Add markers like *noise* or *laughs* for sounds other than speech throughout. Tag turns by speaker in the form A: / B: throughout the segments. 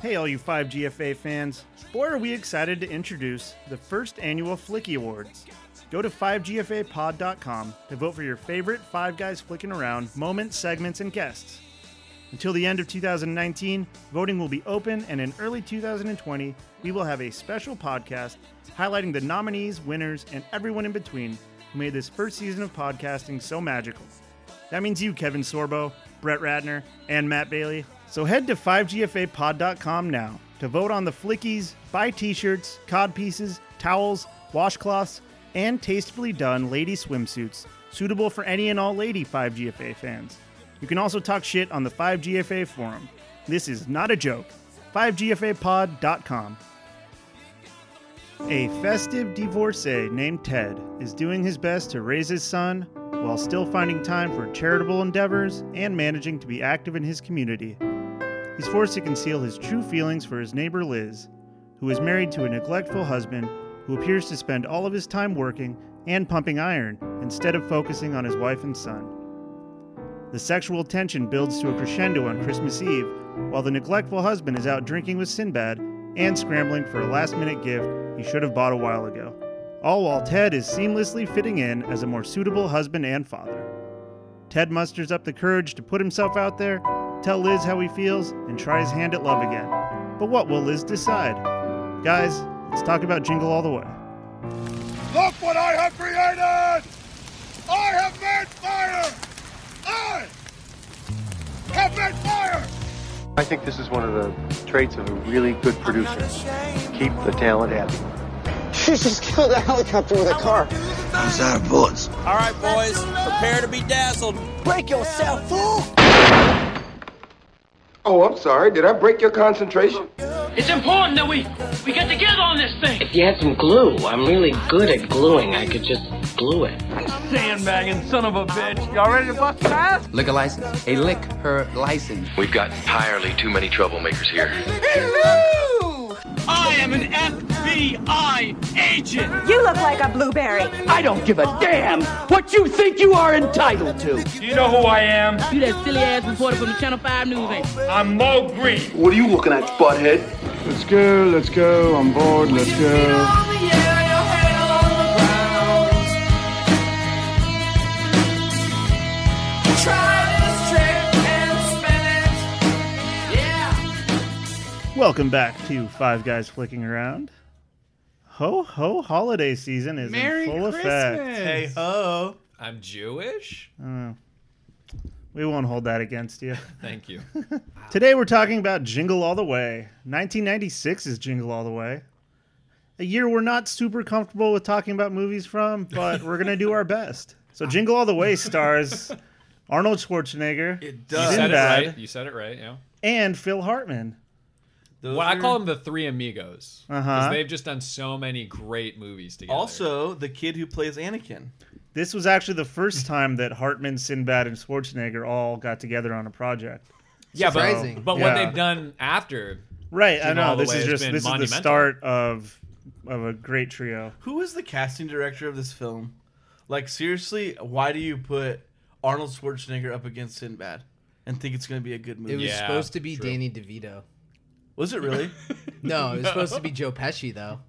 A: Hey, all you 5GFA fans. Boy, are we excited to introduce the first annual Flicky Awards. Go to 5GFApod.com to vote for your favorite Five Guys Flicking Around moments, segments, and guests. Until the end of 2019, voting will be open, and in early 2020, we will have a special podcast highlighting the nominees, winners, and everyone in between who made this first season of podcasting so magical. That means you, Kevin Sorbo, Brett Ratner, and Matt Bailey. So head to 5GFApod.com now to vote on the Flickies, buy t shirts, cod pieces, towels, washcloths, and tastefully done lady swimsuits suitable for any and all lady 5GFA fans. You can also talk shit on the 5GFA forum. This is not a joke. 5GFApod.com. A festive divorcee named Ted is doing his best to raise his son while still finding time for charitable endeavors and managing to be active in his community. He's forced to conceal his true feelings for his neighbor Liz, who is married to a neglectful husband who appears to spend all of his time working and pumping iron instead of focusing on his wife and son. The sexual tension builds to a crescendo on Christmas Eve while the neglectful husband is out drinking with Sinbad and scrambling for a last minute gift he should have bought a while ago. All while Ted is seamlessly fitting in as a more suitable husband and father. Ted musters up the courage to put himself out there, tell Liz how he feels, and try his hand at love again. But what will Liz decide? Guys, let's talk about Jingle All the Way.
B: Look what I have created! I have made fire! I have made fire!
C: I think this is one of the traits of a really good producer. Keep the talent happy.
D: She just killed a helicopter with a car.
E: All right, boys, prepare to be dazzled.
D: Break yourself, fool!
C: Oh, I'm sorry. Did I break your concentration?
F: It's important that we we get together on this thing.
G: If you had some glue, I'm really good at gluing. I could just glue it.
F: Sandbagging son of a bitch. Y'all ready to bust your ass?
H: Lick a license. A lick her license.
I: We've got entirely too many troublemakers here.
F: I am an FBI agent.
J: You look like a blueberry.
K: I don't give a damn what you think you are entitled to.
F: Do you know who I am?
G: You that silly ass reporter from the Channel 5 News ain't.
F: I'm Mo Green.
K: What are you looking at, butthead?
B: Let's go, let's go, I'm bored, let's go.
A: Welcome back to Five Guys Flicking Around. Ho ho holiday season is in full effect.
E: Hey, oh. I'm Jewish?
A: We won't hold that against you.
E: Thank you.
A: Today we're talking about Jingle All the Way. 1996 is Jingle All the Way. A year we're not super comfortable with talking about movies from, but we're going to do our best. So Jingle All the Way stars Arnold Schwarzenegger.
L: It
E: You
L: does.
E: said it
A: Sinbad.
E: right. You said it right, yeah.
A: and Phil Hartman.
L: Those
E: Well, I
L: are-
E: call them the Three Amigos. Because
A: Uh-huh.
E: they've just done so many great movies together.
L: also the kid who plays Anakin.
A: This was actually the first time that Hartman, Sinbad, and Schwarzenegger all got together on a project.
E: yeah,
H: Surprising.
E: but, but what
A: Yeah.
E: they've done after,
A: Right, I
E: Jingle
A: know.
E: All the
A: This
E: Way
A: is
E: has
A: just
E: been
A: this is the
E: monumental.
A: start of of a great trio.
L: Who is the casting director of this film? Like seriously, why do you put Arnold Schwarzenegger up against Sinbad and think it's going to be a good movie?
H: It was
E: Yeah,
H: supposed to be
E: true.
H: Danny DeVito.
L: Was it
H: *laughs*
L: really?
H: No, it was supposed to be Joe Pesci though.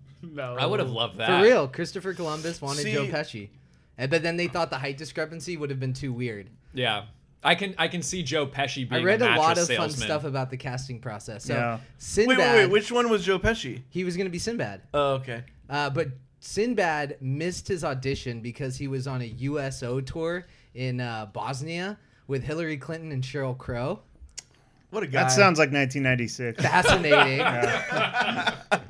E: I would have loved that.
J: Ah.
H: For real, Christopher Columbus wanted
L: See-
H: Joe Pesci, and but then they thought the height discrepancy would have been too weird.
E: Yeah. I can I can see Joe Pesci being
H: I read
E: a,
H: a,
E: mattress
H: lot of
E: salesman.
H: fun stuff about the casting process. So
A: Yeah.
H: Sinbad,
L: wait, wait, wait. Which one was Joe Pesci?
H: he was going to be Sinbad,
L: Oh, okay.
H: uh, but Sinbad missed his audition because he was on a USO tour in uh, Bosnia with Hillary Clinton and Cheryl Crow.
L: What a guy.
A: That sounds like 1996.
H: fascinating.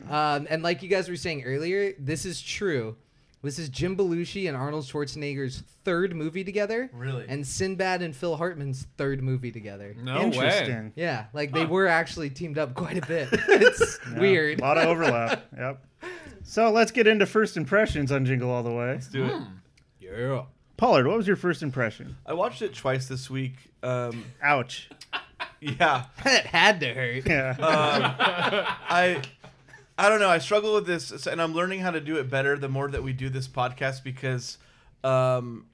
H: um, and like you guys were saying earlier, this is true. This is Jim Belushi and Arnold Schwarzenegger's third movie together.
L: Really?
H: And Sinbad and Phil Hartman's third movie together.
E: No way.
A: Interesting.
H: Yeah, like they were actually teamed up quite a bit. It's
A: Yeah,
H: weird.
A: A lot of overlap. yep. So let's get into first impressions on Jingle All the Way.
L: Let's do it.
H: Hmm. *laughs* Yeah.
A: Pollard, what was your first impression?
L: I watched it twice this week. Um, *laughs*
A: Ouch.
L: yeah.
H: That had to
A: *laughs*
H: hurt.
A: Yeah.
E: Uh,
L: I I don't know. I struggle with this, and I'm learning how to do it better the more that we do this podcast because um,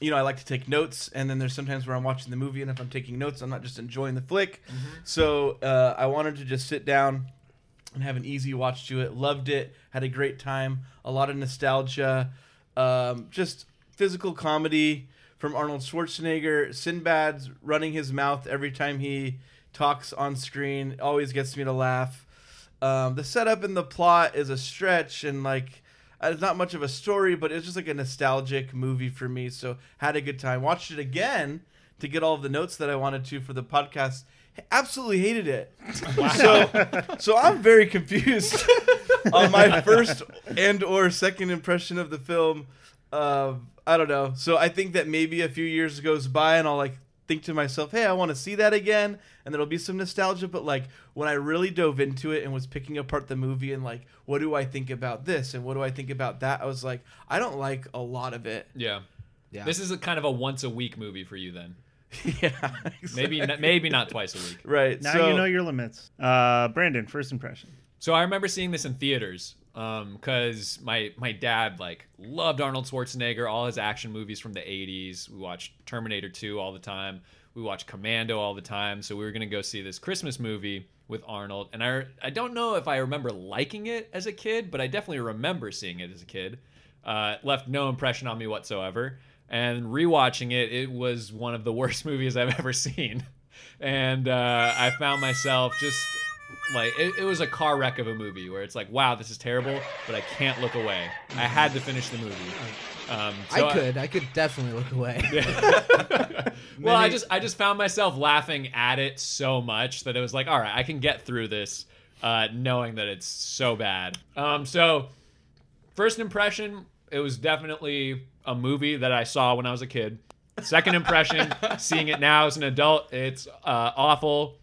L: you know, I like to take notes, and then there's sometimes where I'm watching the movie, and if I'm taking notes, I'm not just enjoying the flick. So uh, I wanted to just sit down and have an easy watch to it. Loved it, had a great time, a lot of nostalgia, um, just physical comedy from Arnold Schwarzenegger. Sinbad's running his mouth every time he talks on screen, always gets me to laugh. Um, the setup and the plot is a stretch, and like uh, it's not much of a story, but it's just like a nostalgic movie for me. So had a good time. Watched it again to get all of the notes that I wanted to for the podcast. Absolutely hated it. So, so I'm very confused on my first and or second impression of the film. Uh, I don't know. So I think that maybe a few years goes by and I'll like think to myself, hey, I want to see that again, and there'll be some nostalgia. But like when I really dove into it and was picking apart the movie and like, what do I think about this and what do I think about that? I was like, I don't like a lot of it.
J: Yeah.
L: Yeah.
J: This is a kind of a once a week movie for you then.
L: yeah.
J: Maybe n- maybe not twice a week.
L: Right.
A: Now you know your limits. Uh, Brandon, first impression.
J: So I remember seeing this in theaters because my my dad like loved Arnold Schwarzenegger, all his action movies from the '80s. We watched Terminator 2 all the time. We watched Commando all the time. So we were gonna go see this Christmas movie with Arnold, and I I don't know if I remember liking it as a kid, but I definitely remember seeing it as a kid. Uh, it left no impression on me whatsoever. And rewatching it, it was one of the worst *laughs* movies I've ever seen. And uh, I found myself just like it, it was a car wreck of a movie where it's like wow this is terrible but i can't look away i had to finish the movie um, so
H: I could. I, could definitely look away.
J: well i just i just found myself laughing at it so much that it was like all right i can get through this uh, knowing that it's so bad um, so first impression it was definitely a movie that i saw when i was a kid second impression seeing it now as an adult it's uh, awful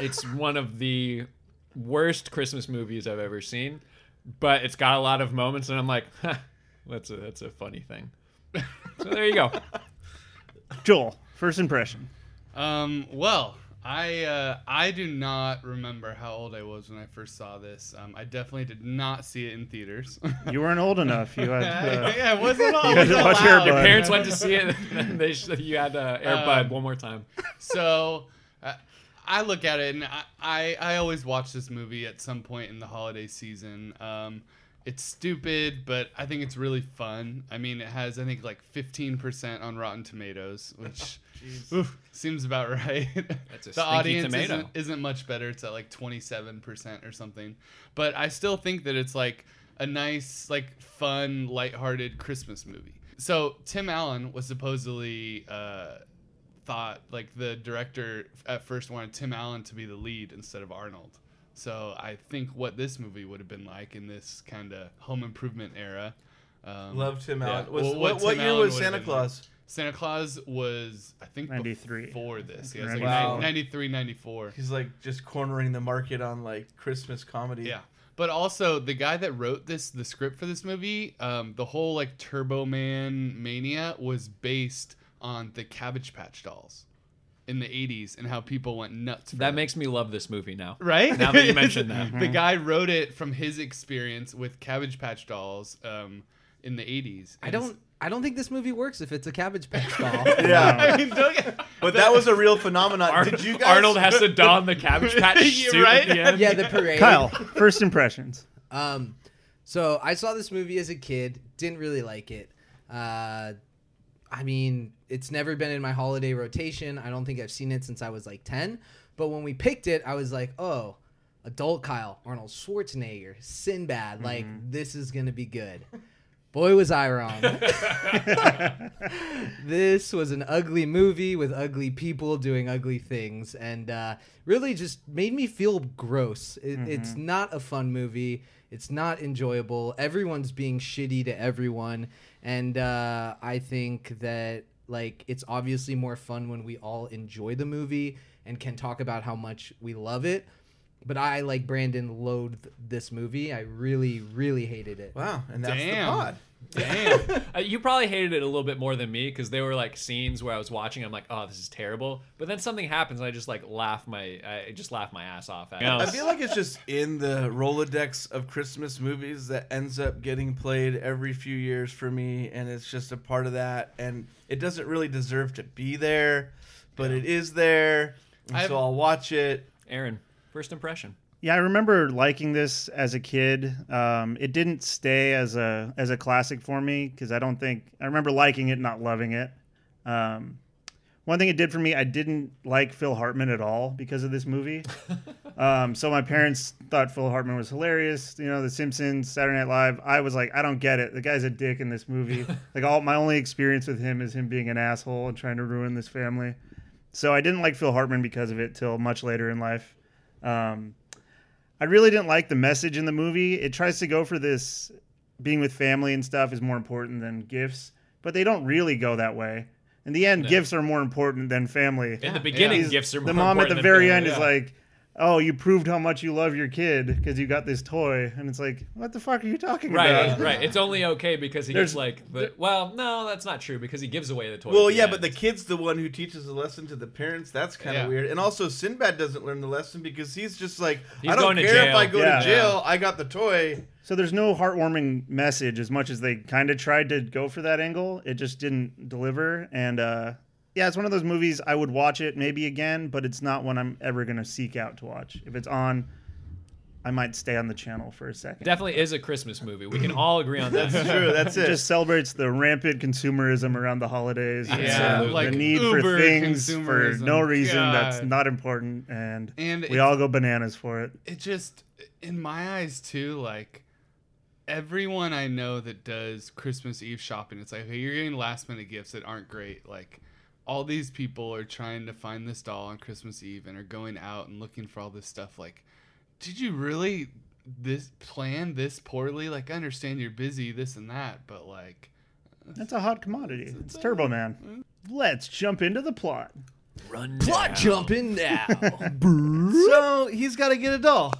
J: it's one of the worst Christmas movies I've ever seen, but it's got a lot of moments, and I'm like, huh, that's a that's a funny thing. so there you go.
A: Joel, first impression.
M: Um, well, I uh, I do not remember how old I was when I first saw this. Um, I definitely did not see it in theaters.
A: You
M: *laughs*
A: weren't old enough. You had.
E: *laughs*
A: Uh,
M: yeah, it wasn't
A: *laughs*
M: all.
L: *laughs*
A: You had to watch Airbud.
J: *laughs* Your parents went to see it, and they sh- you had uh, Airbud one more time.
M: so uh, I look at it and I, I, I always watch this movie at some point in the holiday season. Um, it's stupid, but I think it's really fun. I mean, it has I think like 15% on
J: *laughs*
M: Rotten Tomatoes, which oof, seems about right.
J: That's a
M: *laughs* the
J: stinky
M: audience
J: tomato.
M: Isn't, isn't much better. It's at like 27% or something. But I still think that it's like a nice, like fun, lighthearted Christmas movie. So Tim Allen was supposedly uh, thought like the director at first wanted Tim Allen to be the lead instead of Arnold. So I think what this movie would have been like in this kind of home improvement era. Um,
L: Loved Tim Allen. Was- what- what year was
M: would have
L: Santa
M: been
L: Claus?
M: like. Santa Claus was I think
L: 93.
M: before this. Yeah, it was like
L: Wow.
M: 93, 94.
L: He's like just cornering the market on like Christmas comedy.
M: Yeah. But also the guy that wrote this, the script for this movie, um, the whole like Turbo Man mania was based on the Cabbage Patch Dolls in the '80s and how people went nuts. For
J: That makes me love this movie now.
M: right?
J: Now
M: *laughs*
J: that you mentioned that.
A: Mm-hmm.
M: the guy wrote it from his experience with Cabbage Patch Dolls um, in the '80s.
H: I don't. I don't think this movie works if it's a Cabbage Patch doll.
J: *laughs*
L: Yeah.
M: I mean, don't get-
L: But that was a real phenomenon. Did you guys?
J: Arnold has to don the Cabbage Patch
M: You're
J: suit at
M: right.
J: the end.
H: Yeah, the parade.
A: Kyle, first impressions.
H: Um, so I saw this movie as a kid. Didn't really like it. Uh, I mean, it's never been in my holiday rotation. I don't think I've seen it since I was like ten. But when we picked it, I was like, oh, adult Kyle, Arnold Schwarzenegger, Sinbad. Like this is gonna be good. Boy, was I wrong. *laughs* this was an ugly movie with ugly people doing ugly things, and uh, really just made me feel gross. It, It's not a fun movie. It's not enjoyable. Everyone's being shitty to everyone, and uh, I think that like it's obviously more fun when we all enjoy the movie and can talk about how much we love it. But I, like Brandon, loathed this movie. I really, really hated it.
L: Wow, and that's
M: Damn.
L: the pod.
J: Damn. Uh, you probably hated it a little bit more than me because there were like scenes where I was watching. I'm like, oh, this is terrible. But then something happens, and I just like laugh my, I just laugh my ass off at.
L: I
J: it.
L: feel like it's just in the Rolodex of Christmas movies that ends up getting played every few years for me, and it's just a part of that. And it doesn't really deserve to be there, but it is there, and
J: I've-
L: so I'll watch it.
J: Aaron, first impression.
A: Yeah, I remember liking this as a kid. Um, it didn't stay as a as a classic for me because I don't think I remember liking it, not loving it. Um, one thing it did for me, I didn't like Phil Hartman at all because of this movie. um, so my parents thought Phil Hartman was hilarious. You know, The Simpsons, Saturday Night Live. I was like, I don't get it. The guy's a dick in this
J: *laughs*
A: movie. like all my only experience with him is him being an asshole and trying to ruin this family. So I didn't like Phil Hartman because of it till much later in life. Um, I really didn't like the message in the movie. It tries to go for this being with family and stuff is more important than gifts, but they don't really go that way. In the end,
J: No.
A: gifts are more important than family.
J: In the beginning,
A: He's-
J: gifts are
A: The
J: more
A: mom at
J: important
A: the
J: than
A: very
J: family,
A: end is
J: yeah.
A: like, "Oh, you proved how much you love your kid because you got this toy," and it's like, "What the fuck are you talking
J: Right,
A: about?"
J: right. It's only okay because he
A: There's-
J: gets like the. Well, no, that's not true because he gives away the toy.
L: Well,
J: at Oh, the
L: yeah,
J: end.
L: but the kid's the one who teaches the lesson to the parents. That's kind of
J: Yeah.
L: weird. And also, Sinbad doesn't learn the lesson because he's just like,
J: He's
L: I don't
J: going to
L: care if
J: jail."
L: I go
A: Yeah.
L: to jail. I got the toy.
A: *laughs* So there's no heartwarming message as much as they kind of tried to go for that angle. It just didn't deliver. And uh, yeah, it's one of those movies I would watch it maybe again, but it's not one I'm ever going to seek out to watch. If it's on, I might stay on the channel for a second.
J: definitely is a Christmas movie. We
L: *laughs*
J: can all agree on that.
L: That's
A: *laughs*
L: true. That's it.
A: just celebrates the rampant consumerism around the holidays. and
J: Yeah,
A: the
J: like
A: need for
M: uber
A: things for
M: consumerism.
A: no reason that's
M: God.
A: not important, and,
M: And
A: we
M: it's-
A: all go bananas for it.
M: it just in my eyes too like everyone i know that does christmas eve shopping it's like hey you're getting last minute gifts that aren't great like all these people are trying to find this doll on christmas eve and are going out and looking for all this stuff like did you really this plan this poorly like i understand you're busy this and that but like
A: That's a hot commodity. It's Turbo Man. Let's jump into the plot.
J: Run
H: Plot
A: *laughs*
H: jumping now.
L: so he's got to get a doll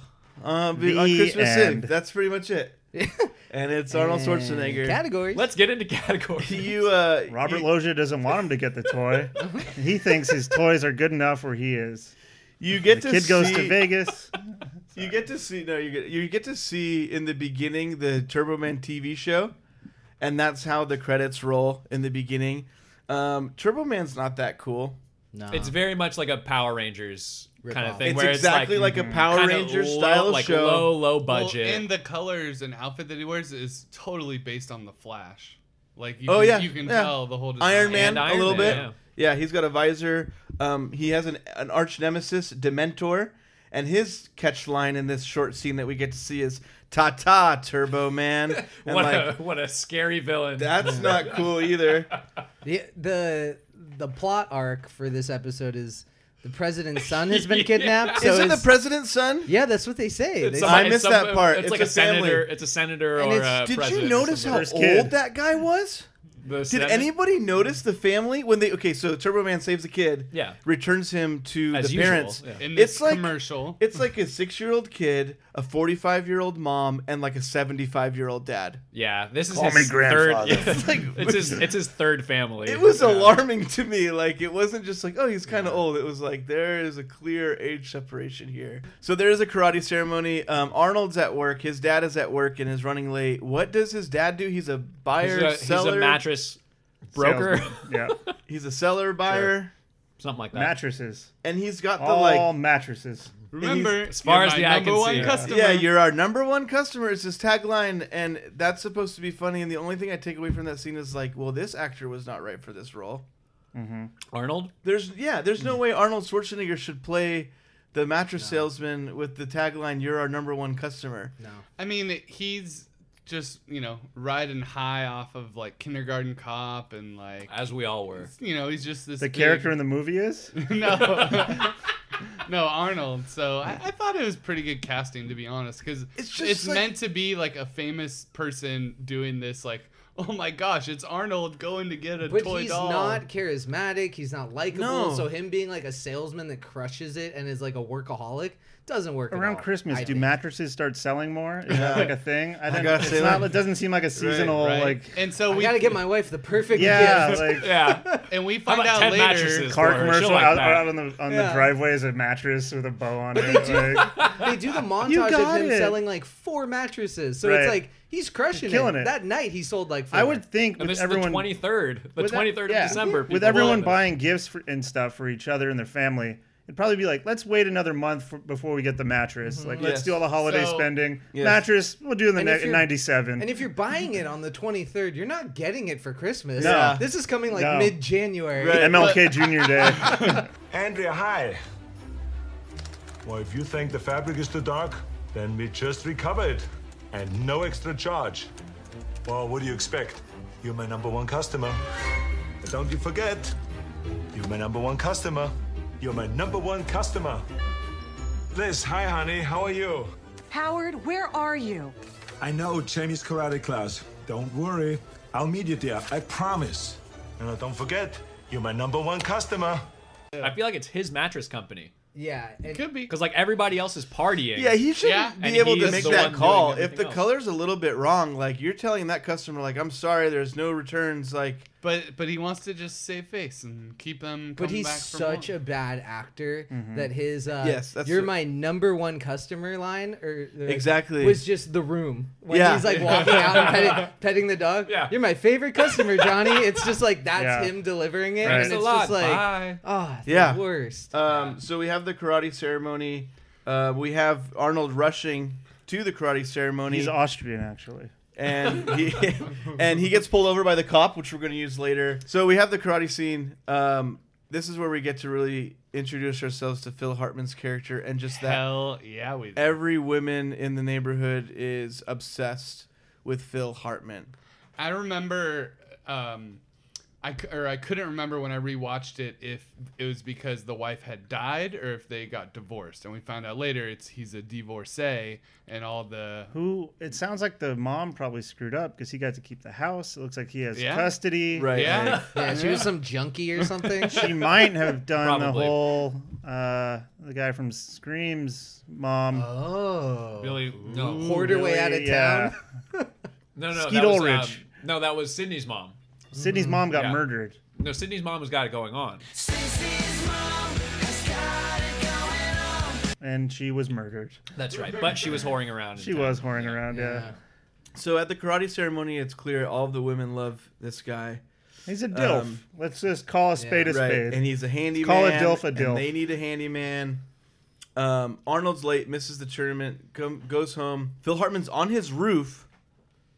L: uh, be- on
A: The
L: Christmas
A: end.
L: Eve. That's pretty
A: *laughs*
L: much it. and it's Arnold Schwarzenegger.
H: Categories.
J: Let's get into categories.
L: *laughs* You, uh,
A: Robert
L: you,
A: Loggia doesn't want him to get the toy. he thinks his toys are good enough where he is.
L: you get to
A: Kid goes
L: see-
A: to Vegas.
L: You get to see no, you get you get to see in the beginning the Turbo Man TV show, and that's how the credits roll in the beginning. Um, Turbo Man's not that cool.
H: No.
J: It's very much like a Power Rangers
H: Rip
J: kind
H: off.
J: of thing.
L: It's
J: where
L: exactly
J: it's like, mm-hmm.
L: like a Power
J: kinda
L: Rangers
J: low-
L: style
J: like
L: show.
J: low, low
M: well,
J: budget.
M: and the colors and outfit that he wears is totally based on the flash like you
L: Oh
M: can,
L: yeah,
M: you can
L: yeah.
M: tell the whole
L: Iron
M: design.
L: Man
J: And Iron
L: a little
J: Man,
L: bit. Yeah. he's got a visor. Um, he has an an arch nemesis, Dementor, and his catch line in this short scene that we get to see is "Ta ta,
J: *laughs*
L: Turbo Man." And
J: what
L: like,
J: a what a scary villain.
L: that's not
J: *laughs*
L: cool either.
H: The the the plot arc for this episode is the president's son has
A: *laughs*
H: been kidnapped. so
L: Isn't the
H: it's-
L: president's son?
H: yeah, that's what they say. They
J: It's
H: say-
J: somebody-
L: I
J: it's
L: missed that
J: some-
L: part.
J: It's,
L: It's
J: like
L: a
J: a, senator.
L: family.
J: It's a senator
L: And
J: or
L: it's-
J: a
L: did you
J: president or
L: notice
J: something.
L: how
A: First kid.
L: old that guy was?
J: The
L: Did
J: Senate-
L: anybody notice the family when they? Okay, so Turbo Man saves a kid.
J: Mm-hmm. Yeah.
L: returns him to
J: As
L: the
J: usual,
L: parents.
J: yeah.
M: in this
L: it's like
M: commercial
L: it's like a six-year-old kid, a forty-five-year-old mom, and like a seventy-five-year-old dad.
J: Yeah, this is
A: Call
J: his
A: me
J: third.
A: grandfather.
L: *laughs*
J: it's, like, it's his it's his third family.
L: It was
J: Yeah.
L: alarming to me. Like it wasn't just like, oh, he's kind of old. It was like there is a clear age separation here. So there is a karate ceremony. Um, Arnold's at work. His dad is at work and is running late. What does his dad do? He's a
J: He's
L: buyer,
J: a, he's
L: seller.
J: a mattress broker,
A: Salesman. Yeah,
L: He's a seller, buyer,
J: *laughs* something like that.
A: mattresses.
L: and he's got the
A: All
J: Oh,
L: like.
A: mattresses.
M: remember
J: As far
M: you're
J: as
M: my
J: the eye
M: number
J: can
M: one
J: see, yeah.
M: customer
L: Yeah, you're our number one customer. It's his tagline, and that's supposed to be funny. And the only thing I take away from that scene is like, well, this actor was not right for this role.
J: Arnold.
L: There's yeah, there's no way Arnold Schwarzenegger should play the mattress salesman with the tagline "You're our number one customer."
H: no.
M: I mean, he's just you know riding high off of like kindergarten cop and like
J: As we
A: *laughs*
J: all were.
M: you know he's just this
A: The character in the movie is
M: the *laughs* no *laughs* no Arnold. So I, I thought it was pretty good casting to be honest because
L: It's
M: it's
L: just, like-
M: meant to be like *laughs* a famous person doing this like oh my gosh, it's Arnold going to get a
H: But
M: toy
H: he's
M: doll.
H: not charismatic. He's not likable.
M: No.
H: So him being like a salesman that crushes it and is like a workaholic doesn't work.
A: Around Christmas, do mattresses start selling more? Is that like a thing?
H: I
A: I think
H: gotta
A: it's
H: say
A: not.
H: that.
A: It doesn't seem like a seasonal
M: *laughs*
A: like.
M: And so we
H: gotta get my wife the perfect
A: Yeah,
H: gift.
A: like-
M: yeah. And we
H: How
M: find
H: about
M: out
H: 10
M: later.
H: mattresses?
A: Car
H: Or she'll
A: commercial
H: like
A: out,
H: that.
A: out on the on
H: Yeah.
A: the driveway is a mattress with a bow on
H: But
A: it.
H: they do-
A: like-
H: they do
A: *laughs*
H: the
A: You
H: montage of
A: got
H: him
A: it.
H: selling like four mattresses. So
A: Right.
H: it's like he's crushing
A: He's killing it.
H: That night he sold like. Four.
A: I would think
J: And
A: with
J: this
A: everyone
J: is the 23rd. The
A: with that-
J: 23rd of
A: yeah.
J: December.
A: with
J: people
A: everyone
J: love it.
A: buying gifts for, and stuff for each other and their family. It'd probably be like, let's wait another month for, before we get the mattress.
J: Mm-hmm.
A: Like, let's
H: Yes.
A: do all the holiday
H: So-
A: spending.
H: Yes.
A: Mattress, we'll do in the
H: And
A: ne-
H: if
A: in
H: you're-
A: '97.
H: And if you're buying it on the 23rd, you're not getting it for Christmas.
A: No. Yeah.
H: This is coming like
A: No.
H: mid January.
A: MLK Junior
H: *laughs*
A: Day.
N: Andrea, hi. Well, if you think the fabric is too dark, then we just recover it. And no extra charge. Well, what do you expect? You're my number one customer. But don't you forget, you're my number one customer. You're my number one customer. Liz, hi, honey. How are you?
O: Howard, where are you?
N: I know Chinese karate class. Don't worry. I'll meet you there. I promise. And uh, don't forget, you're my number one customer.
J: I feel like it's his mattress company.
H: Yeah, it
M: could be
J: because like everybody else is partying.
L: Yeah, he should
J: And
L: be able
J: he
L: to
J: is
L: make
J: the one
L: that
J: doing
L: call. If
J: everything
L: the
J: else.
L: color's a little bit wrong, like you're telling that customer, like I'm sorry, there's no returns. Like,
M: but but he wants to just save face and keep them.
H: But
M: coming
H: he's
M: back for
H: such
M: more.
H: a bad actor
M: Mhm.
H: that his uh,
L: Mm-hmm. Yes, that's
H: "You're
L: true.
H: my number one customer" line or uh,
L: Exactly.
H: was just the room when
L: Yeah.
H: he's like walking out and petting,
L: *laughs*
H: petting the dog. Yeah. you're my favorite customer, Johnny. It's just like that's
L: Yeah.
H: him delivering it,
L: Thanks
H: and
L: a
H: it's
L: lot.
H: just like,
L: Bye.
H: oh, it's
L: yeah,
H: the worst.
L: Um, so we have the karate ceremony. Uh, we have Arnold rushing to the karate ceremony.
A: He's Austrian, actually.
M: *laughs*
L: and he and he gets pulled over by the cop, which we're going to use later. So we have the karate scene. Um, this is where we get to really introduce ourselves to Phil Hartman's character and just that.
M: Hell yeah, we do.
L: Every woman in the neighborhood is obsessed with Phil Hartman.
M: I remember, um, I c- or I couldn't remember when I rewatched it if it was because the wife had died or if they got divorced, and we found out later it's he's a divorcee and all the
A: Who? It sounds like the mom probably screwed up because he got to keep the house. It looks like he has
M: Yeah.
A: custody.
M: Right, Yeah.
H: like- Yeah, she was some junkie or something.
A: she might
H: *laughs*
A: have done
H: Probably.
A: the whole uh, the guy from Scream's mom.
H: Oh,
J: Billy- no.
H: hoard her way out of town.
J: No, no,
A: Skeet
J: that was,
A: Ulrich.
J: um, no, that was Sydney's mom.
A: Sydney's
H: Mm-hmm.
A: mom got
J: Yeah.
A: murdered.
J: No, Sydney's mom has got it going on.
A: and she was murdered.
J: That's right. But she was whoring around. in
A: She
J: town.
A: was whoring around. Yeah.
L: So at the karate ceremony, it's clear all of the women love this guy.
A: He's a dilf. Let's just call a spade a spade.
L: And he's a handyman.
A: Call a dilf a
L: and
A: dilf.
L: they need a handyman. Um, Arnold's late, misses the tournament, com- goes home. Phil Hartman's on his roof,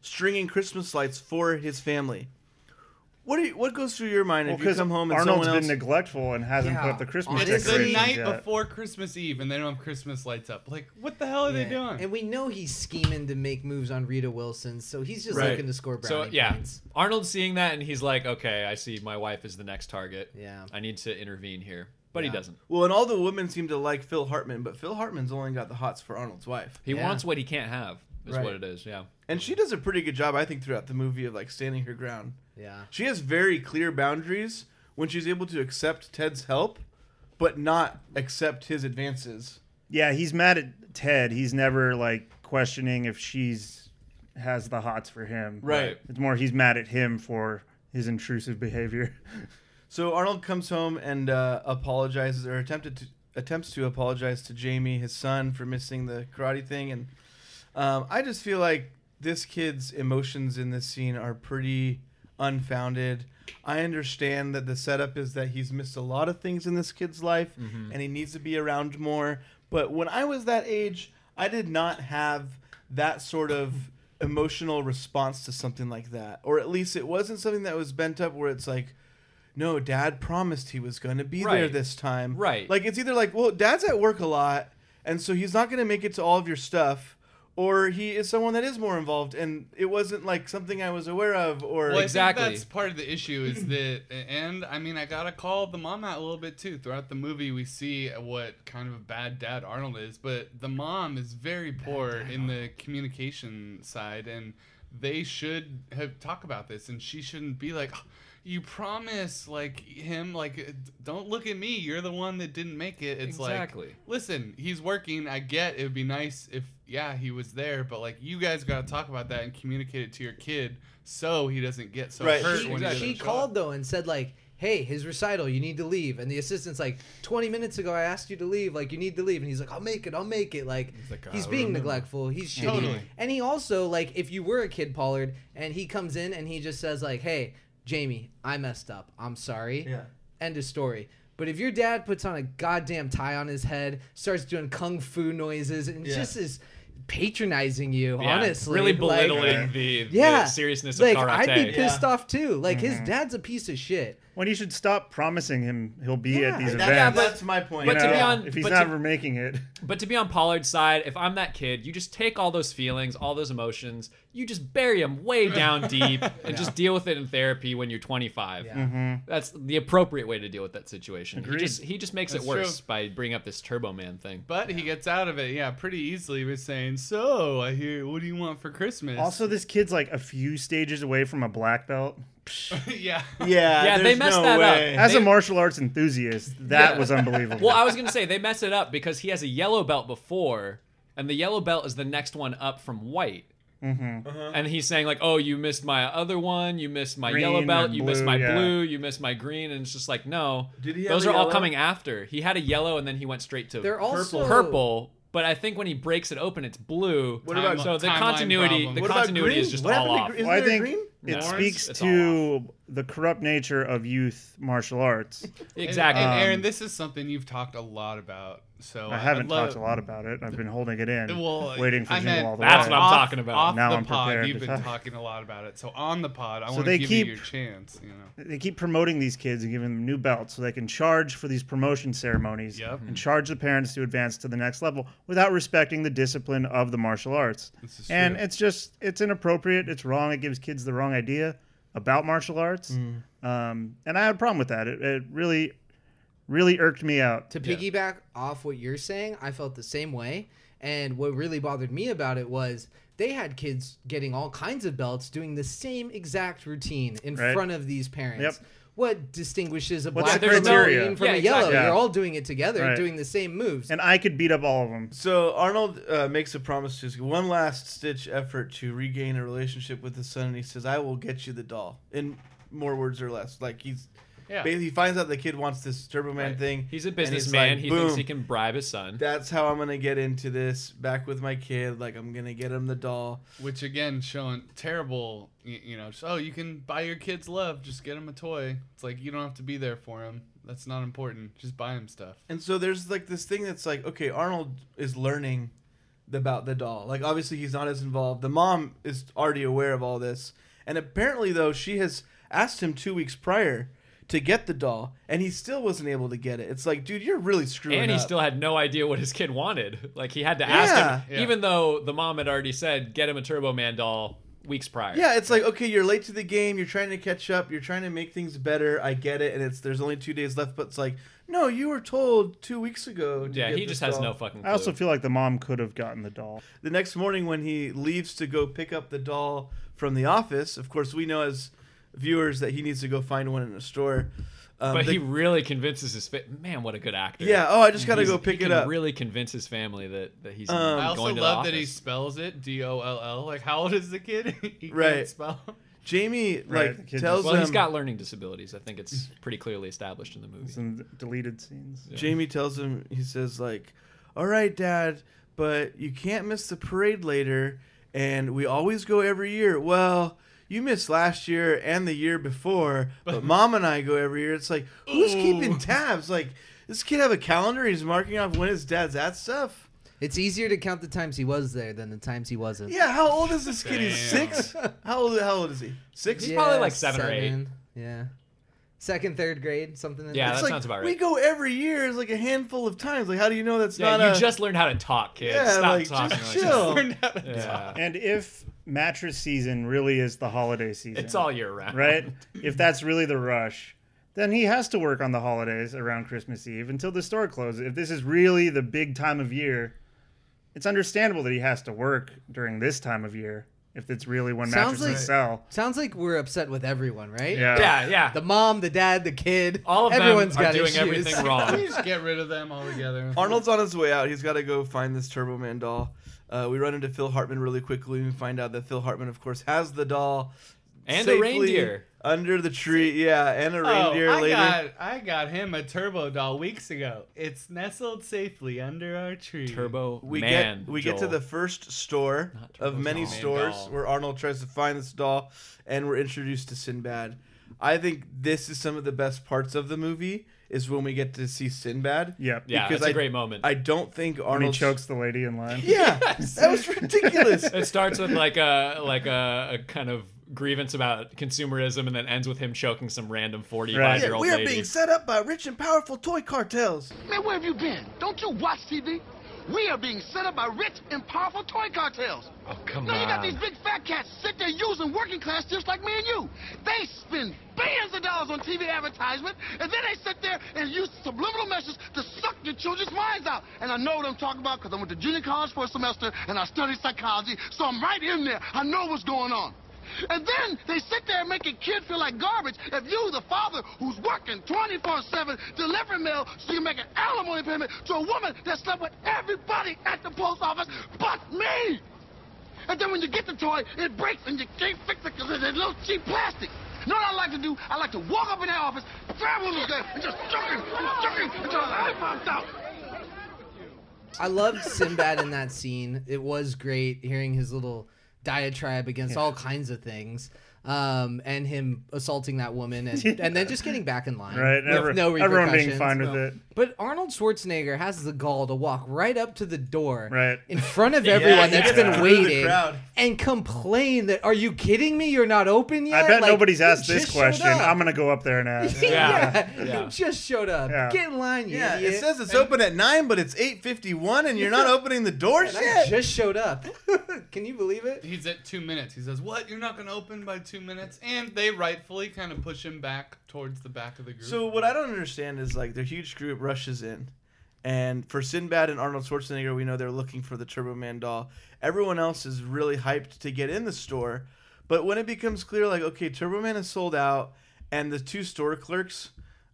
L: stringing Christmas lights for his family. What do you, what goes through your mind
A: well,
L: if you
A: because
L: come home and
A: Arnold's
L: someone
A: been
L: else?
A: neglectful and hasn't put up the Christmas
M: It's the
A: decorations
M: night
A: yet.
M: before Christmas Eve, and they don't have Christmas lights up. Like, what the hell are they
H: Yeah.
M: doing?
H: And we know he's scheming to make moves on Rita Wilson, so he's just
J: Right.
H: looking to score brownie
J: So yeah,
H: points.
J: Arnold's seeing that and he's like, okay, I see my wife is the next target.
H: Yeah.
J: I need to intervene here, but he
L: Yeah.
J: doesn't.
L: Well, and all the women seem to like Phil Hartman, but Phil Hartman's only got the hots for Arnold's wife.
J: He wants what he can't have. Is
L: Right.
J: what it is. Yeah.
L: And she does a pretty good job, I think, throughout the movie of like standing her ground.
H: Yeah.
L: She has very clear boundaries when she's able to accept Ted's help, but not accept his advances.
A: Yeah, he's mad at Ted. He's never like questioning if she's has the hots for him.
L: Right.
A: It's more he's mad at him for his intrusive behavior. *laughs*
L: So Arnold comes home and uh, apologizes or attempted to attempts to apologize to Jamie, his son, for missing the karate thing. And um, I just feel like this kid's emotions in this scene are pretty unfounded. I understand that the setup is that he's missed a lot of things in this kid's life
J: Mhm.
L: and he needs to be around more. But when I was that age, I did not have that sort of emotional response to something like that. Or at least it wasn't something that was bent up where it's like, no, dad promised he was going to be there
J: Right.
L: this time.
J: Right.
L: Like, it's either like, well, dad's at work a lot, and so he's not going to make it to all of your stuff. Or he is someone that is more involved, and it wasn't like something I was aware of. Or
M: Well, I think that's part of the issue is that, and I mean, I gotta call the mom out a little bit too. Throughout the movie, we see what kind of a bad dad Arnold is, but the mom is very poor in the communication side and they should have talk about this, and she shouldn't be like, "Oh, "You promise like him like uh, don't look at me. You're the one that didn't make it." It's
J: Exactly.
M: like, listen, he's working. I get it would be nice if yeah he was there, but like you guys got to talk about that and communicate it to your kid so he doesn't get so hurt.
H: She,
M: when he
H: she
M: doesn't show
H: called though and said like, "Hey, his recital, you need to leave." And the assistant's like, "20 minutes ago, I asked you to leave. Like, you need to leave." And he's like, "I'll make it. I'll make it." Like, he's,
M: like, "I
H: being
M: remember."
H: neglectful. He's shitty.
M: Totally.
H: And he also like, if you were a kid Pollard and he comes in and he just says like, "Hey, Jamie, I messed up. I'm sorry."
L: Yeah.
H: End of story. But if your dad puts on a goddamn tie on his head, starts doing kung fu noises, and
J: Yeah.
H: just is patronizing you,
J: Yeah,
H: honestly,
J: really
H: like-
J: belittling the, the seriousness
H: like,
J: of karate.
H: I'd be pissed
J: yeah.
H: off too. Like
A: Mhm.
H: his dad's a piece of shit.
A: When he should stop promising him he'll be at these
J: Yeah,
A: events.
J: but- That's my point. but
A: You
J: to be
A: know,
J: on-
A: if he's
J: but
A: not
J: to-
A: ever making it,
J: But to be on Pollard's side, if I'm that kid, you just take all those feelings, all those emotions, you just bury them way
M: *laughs*
J: down deep, and
A: Yeah.
J: just deal with it in therapy when you're 25.
A: Mhm.
J: That's the appropriate way to deal with that situation.
M: Agreed.
J: He just he just makes
M: That's
J: it worse
M: true.
J: by bringing up this Turbo Man thing.
M: But he gets out of it, yeah, pretty easily. By saying, "So, I hear, what do you want for Christmas?"
A: also this kid's like a few stages away from a black belt.
M: *laughs* yeah,
J: Yeah, they messed that up.
A: As
J: They-
A: a martial arts enthusiast, that
J: Yeah.
A: was unbelievable.
J: Well, I was gonna say they mess it up because he has a yellow belt before, and the yellow belt is the next one up from white.
A: Mhm.
L: Uh-huh.
J: And he's saying like, "Oh, you missed my other one. You missed my
A: Green
J: yellow belt.
A: and
J: You missed
A: blue,
J: my
A: yeah.
J: blue. You missed my green." And it's just like, no,
L: Did he have
J: those
L: a
J: are all
L: yellow?
J: coming after. He had a yellow, and then he went straight to
H: They're also-
J: purple. Purple, but I think when he breaks it open, it's blue.
L: What about-
J: so the
L: timeline
J: continuity,
L: problem.
J: the
L: What about
J: continuity is
L: green?
J: just
L: What
J: all
L: happened to
J: off.
L: gre- isn't
A: Well, I
L: there a
A: think
L: green?
A: it
J: No.
A: speaks
J: It's all
A: to the corrupt nature of youth martial arts.
M: And,
A: Um,
M: and Aaron, this is something youve talked a lot about. So
A: I haven't
M: I'd love-
A: talked a lot about it. I've been holding it in,
M: Well,
A: waiting for
M: I
A: Jingle
M: meant
A: All the
J: That's
A: Way.
J: what I'm
M: off-
J: talking about.
M: Off
A: Now
M: the
A: I'm
M: pod,
A: prepared
M: you've
A: to
M: been
A: talk.
M: talking a lot about it. So on the pod, I
A: So
M: want
A: they
M: to give
A: keep-
M: you your chance. You know,
A: They keep promoting these kids and giving them new belts so they can charge for these promotion ceremonies and charge the parents to advance to the next level without respecting the discipline of the martial arts.
M: is
A: And
M: true.
A: it's just it's inappropriate. It's wrong. It gives kids the wrong idea about martial arts.
H: Mm.
A: Um, and I had a problem with that. It, it really, really irked me out.
H: To piggyback off what you're saying, I felt the same way. And what really bothered me about it was they had kids getting all kinds of belts doing the same exact routine in
A: Right.
H: front of these parents.
A: Yep.
H: What distinguishes a
A: What's
H: black
A: the
H: belt
A: criteria?
H: green from
A: Yeah,
H: a yellow?
A: exactly.
H: They're
A: Yeah.
H: all doing it together,
A: Right.
H: doing the same moves.
A: And I could beat up all of them.
L: So Arnold uh, makes a promise to his one last stitch effort to regain a relationship with his son, and he says, "I will get you the doll." In more words or less, like he's
J: Yeah.
L: basically he finds out the kid wants this Turbo Man thing.
J: He's a
L: and like,
J: businessman. he thinks
L: "Boom,
J: he can bribe his son.
L: That's how I'm gonna get into this. Back with my kid, like I'm gonna get him the doll.
M: which again showing terrible. You, you know, just, oh, you can buy your kids love. Just get them a toy. It's like you don't have to be there for him. That's not important. Just buy him stuff.
L: And so there's like this thing that's like, okay, Arnold is learning about the doll. Like obviously he's not as involved. The mom is already aware of all this. And apparently though, she has asked him 2 weeks prior to get the doll and he still wasn't able to get it. It's like, dude, you're really screwing
J: and he
L: up.
J: still had no idea what his kid wanted. Like he had to ask him,
L: Yeah. Yeah.
J: even though the mom had already said, "Get him a Turbo Man doll." Weeks prior.
L: yeah, it's like okay, you're late to the game. You're trying to catch up. You're trying to make things better. I get it, and it's there's only two days left, but it's like no, you were told two weeks ago. To
J: Yeah,
L: get
J: he
L: this
J: just has
L: doll.
J: no fucking
A: I also feel like the mom could have gotten the doll.
L: The next morning, when he leaves to go pick up the doll from the office, of course, we know as viewers that he needs to go find one in a store. Um,
J: but
L: the-
J: he really convinces his fa- man. What a good actor!
L: Yeah, oh, I just gotta
J: He's-
L: go pick
J: he
L: it
J: can
L: up.
J: Really convince his family that that he's
L: Um,
M: I also
J: going to the
M: love that
J: office.
M: he spells it D O L L. Like, how old is the kid? *laughs* he
L: Right.
M: Can't spell. *laughs*
L: Jamie
J: Right,
L: like
J: the kid
L: tells
J: just- well,
L: him
J: he's got learning disabilities. I think it's pretty clearly established in the movie.
A: Some deleted scenes.
L: Jamie tells him he says like, "All right, Dad, but you can't miss the parade later, and we always go every year." Well. You missed last year and the year before,
J: *laughs*
L: but Mom and I go every year. It's like, who's keeping tabs? Like, this kid have a calendar. He's marking off when his dad's at stuff.
H: It's easier to count the times he was there than the times he wasn't.
L: Yeah, how old is this kid? He's
H: Damn.
L: six. How old? How old is he? Six.
H: He's
J: probably like seven or eight.
H: Yeah. Second, third grade, something. in
J: Yeah,
H: there.
J: that
L: It's like,
J: sounds about right.
L: We go every year. It's like a handful of times. Like, how do you know that's
J: yeah,
L: not?
J: you
L: a...
J: just learned how to talk, kid.
L: Yeah,
J: Stop
L: like,
J: talking.
L: just
J: like that.
L: chill.
J: yeah.
A: And if mattress season really is the holiday season,
J: It's all year round.
A: *laughs* right? If that's really the rush, then he has to work on the holidays around Christmas Eve until the store closes. If this is really the big time of year, it's understandable that he has to work during this time of year. if it's really when
H: Sounds
A: matches
H: like
A: sell.
H: sounds like we're upset with everyone, right?
A: Yeah. Yeah,
J: yeah.
H: The mom, the dad, the kid. All
J: of them
H: everyone's
J: are
H: got
J: doing
H: issues. *laughs*
J: everything
L: *laughs*
J: wrong.
M: Can we just get rid of them altogether?
L: Arnold's on his way out. He's got to go find this Turbo Man doll. Uh, we run into Phil Hartman really quickly and find out that Phil Hartman, of course, has the doll
J: And a
L: safely
J: reindeer.
L: under the tree. Yeah, and a reindeer
M: oh, I
L: later.
M: Got, I got him a turbo doll weeks ago. It's nestled safely under our tree.
J: Turbo
L: we get we get to the first store of many
M: Doll.
L: stores
M: Doll.
L: where Arnold tries to find this doll, and we're introduced to Sinbad. I think this is some of the best parts of the movie is when we get to see Sinbad.
A: Yep. Yeah,
L: Because
A: that's a
L: I-
A: great moment.
L: I don't think
A: When he
L: Arnold
A: chokes the lady in line.
L: Yeah, that was ridiculous.
J: It starts with like a like a, a kind of grievance about consumerism, and then ends with him choking some random forty-five year
L: Yeah,
J: old
L: we are
J: lady.
L: being set up by rich and powerful toy cartels.
P: Man, where have you been? Don't you watch TV? We are being set up by rich and powerful toy cartels. Oh,
Q: come
P: Now you got
Q: on.
P: these big fat cats sit there using working class just like me and you. They spend billions of dollars on TV advertisement, and then they sit there and use subliminal messages to suck your children's minds out. And I know what I'm talking about because I went to junior college for a semester and I studied psychology, so I'm right in there. I know what's going on. And then they sit there and make a kid feel like garbage if you, the father who's working 24-7, delivering mail so you make an alimony payment to a woman that slept with everybody at the post office but me. And then when you get the toy, it breaks and you can't fix it because it's a little cheap plastic. You know what I like to do? I like to walk up in their office, grab one of those guys, and just chuck him, just chuck him until his eye pops out.
H: I loved Sinbad in that scene. It was great hearing his little diatribe against
R: Yeah.
H: all kinds of things. Um, and him assaulting that woman *laughs* and, and then just getting back in line.
A: Right, and
H: With
A: every-
H: no
A: everyone being
H: repercussions.
A: fine with No. it.
H: But Arnold Schwarzenegger has the gall to walk right up to the door
A: Right.
H: in front
A: *laughs*
H: of
A: Yeah,
H: everyone
A: he
H: that's
A: gets
H: been
A: through the
H: waiting
A: crowd.
H: and complain that, are you kidding me? You're not open yet?
A: I bet
H: Like,
A: nobody's
H: you
A: asked this
H: just showed
A: question.
H: up.
A: I'm gonna go up there and
H: *laughs*
A: ask.
H: Yeah. You just showed up.
A: Yeah.
H: Get in line, you
L: Yeah,
H: idiot.
L: it says it's open at nine, but it's eight fifty-one, and you're not opening the doors
H: And I
L: yet.
H: just showed up. Can you believe it?
M: He's at two minutes. He says, "What? You're not going to open by two minutes?" And they rightfully kind of push him back towards the back of the group.
L: So what I don't understand is like their huge group rushes in, and for Sinbad and Arnold Schwarzenegger, we know they're looking for the Turbo Man doll. Everyone else is really hyped to get in the store, but when it becomes clear, like okay, Turbo Man is sold out, and the two store clerks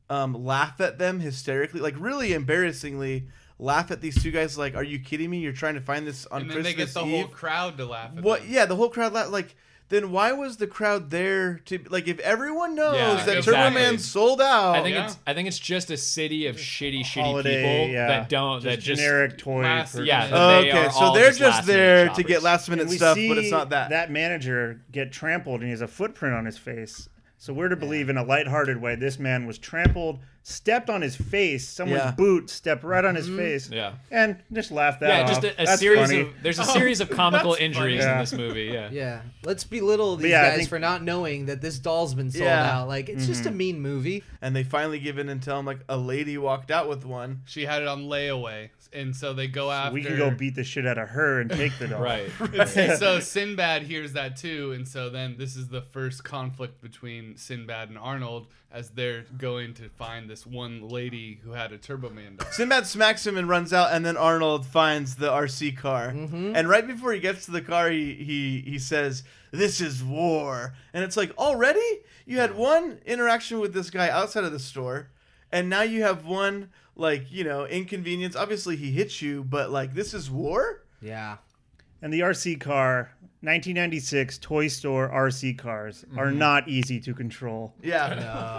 L: um, laugh at them hysterically, like really embarrassingly. Laugh at these two guys like, "Are you kidding me? You're trying to find this on
M: and then
L: Christmas
M: they get the
L: Eve."
M: whole crowd to laugh. at
L: What? Yeah, the whole crowd. La- like, then why was the crowd there to like? If everyone knows
J: Yeah,
L: that Turbo
J: exactly.
L: Man sold out,
J: I think it's I think it's just a city of shitty, shitty
A: holiday,
J: people
A: yeah.
J: that don't
A: Just
J: that just
A: generic toy purchases.
J: Yeah,
L: Oh,
J: they
L: okay,
J: are
L: so
J: all
L: they're just
J: last
L: there
J: minute
L: to get
J: shoppers.
L: last minute
A: And we
L: stuff, but it's
A: see
L: not that.
A: That manager get trampled and he has a footprint on his face. So we're to believe in a lighthearted way this man was trampled, stepped on his face, someone's
J: Yeah.
A: boot stepped right on his
J: Mhm.
A: face.
J: Yeah.
A: And just laugh that
J: Yeah,
A: off.
J: just a, a
A: That's
J: series
A: funny. Oh,
J: of
A: *laughs*
J: there's a series of comical
A: that's
J: injuries
A: funny.
J: in
A: Yeah.
J: this movie. Yeah,
H: Yeah. Let's belittle
A: But
H: these
A: yeah, I
H: guys
A: think- Mm-hmm.
H: for not knowing that this doll's been sold out. Like it's just a mean movie.
L: And they finally give in and tell him like a lady walked out with one.
M: She had it on layaway, and so they go after.
A: we can go beat the shit out of her and
J: *laughs*
A: take the doll. *laughs*
M: It's- so Sinbad hears that too, and so then this is the first conflict between Sinbad and Arnold as they're going to find this one lady who had a Turbo Man doll.
L: Sinbad smacks him and runs out, and then Arnold finds the RC car.
A: Mm-hmm.
L: And right before he gets to the car, he he he says, "This is war," and it's like already you had one interaction with this guy outside of the store, and now you have one like you know inconvenience. Obviously, he hits you, but like this is war.
H: Yeah.
A: And the RC car, 1996 toy store RC cars are
J: Mm-hmm.
L: Mhm.
A: not easy to control.
L: Yeah.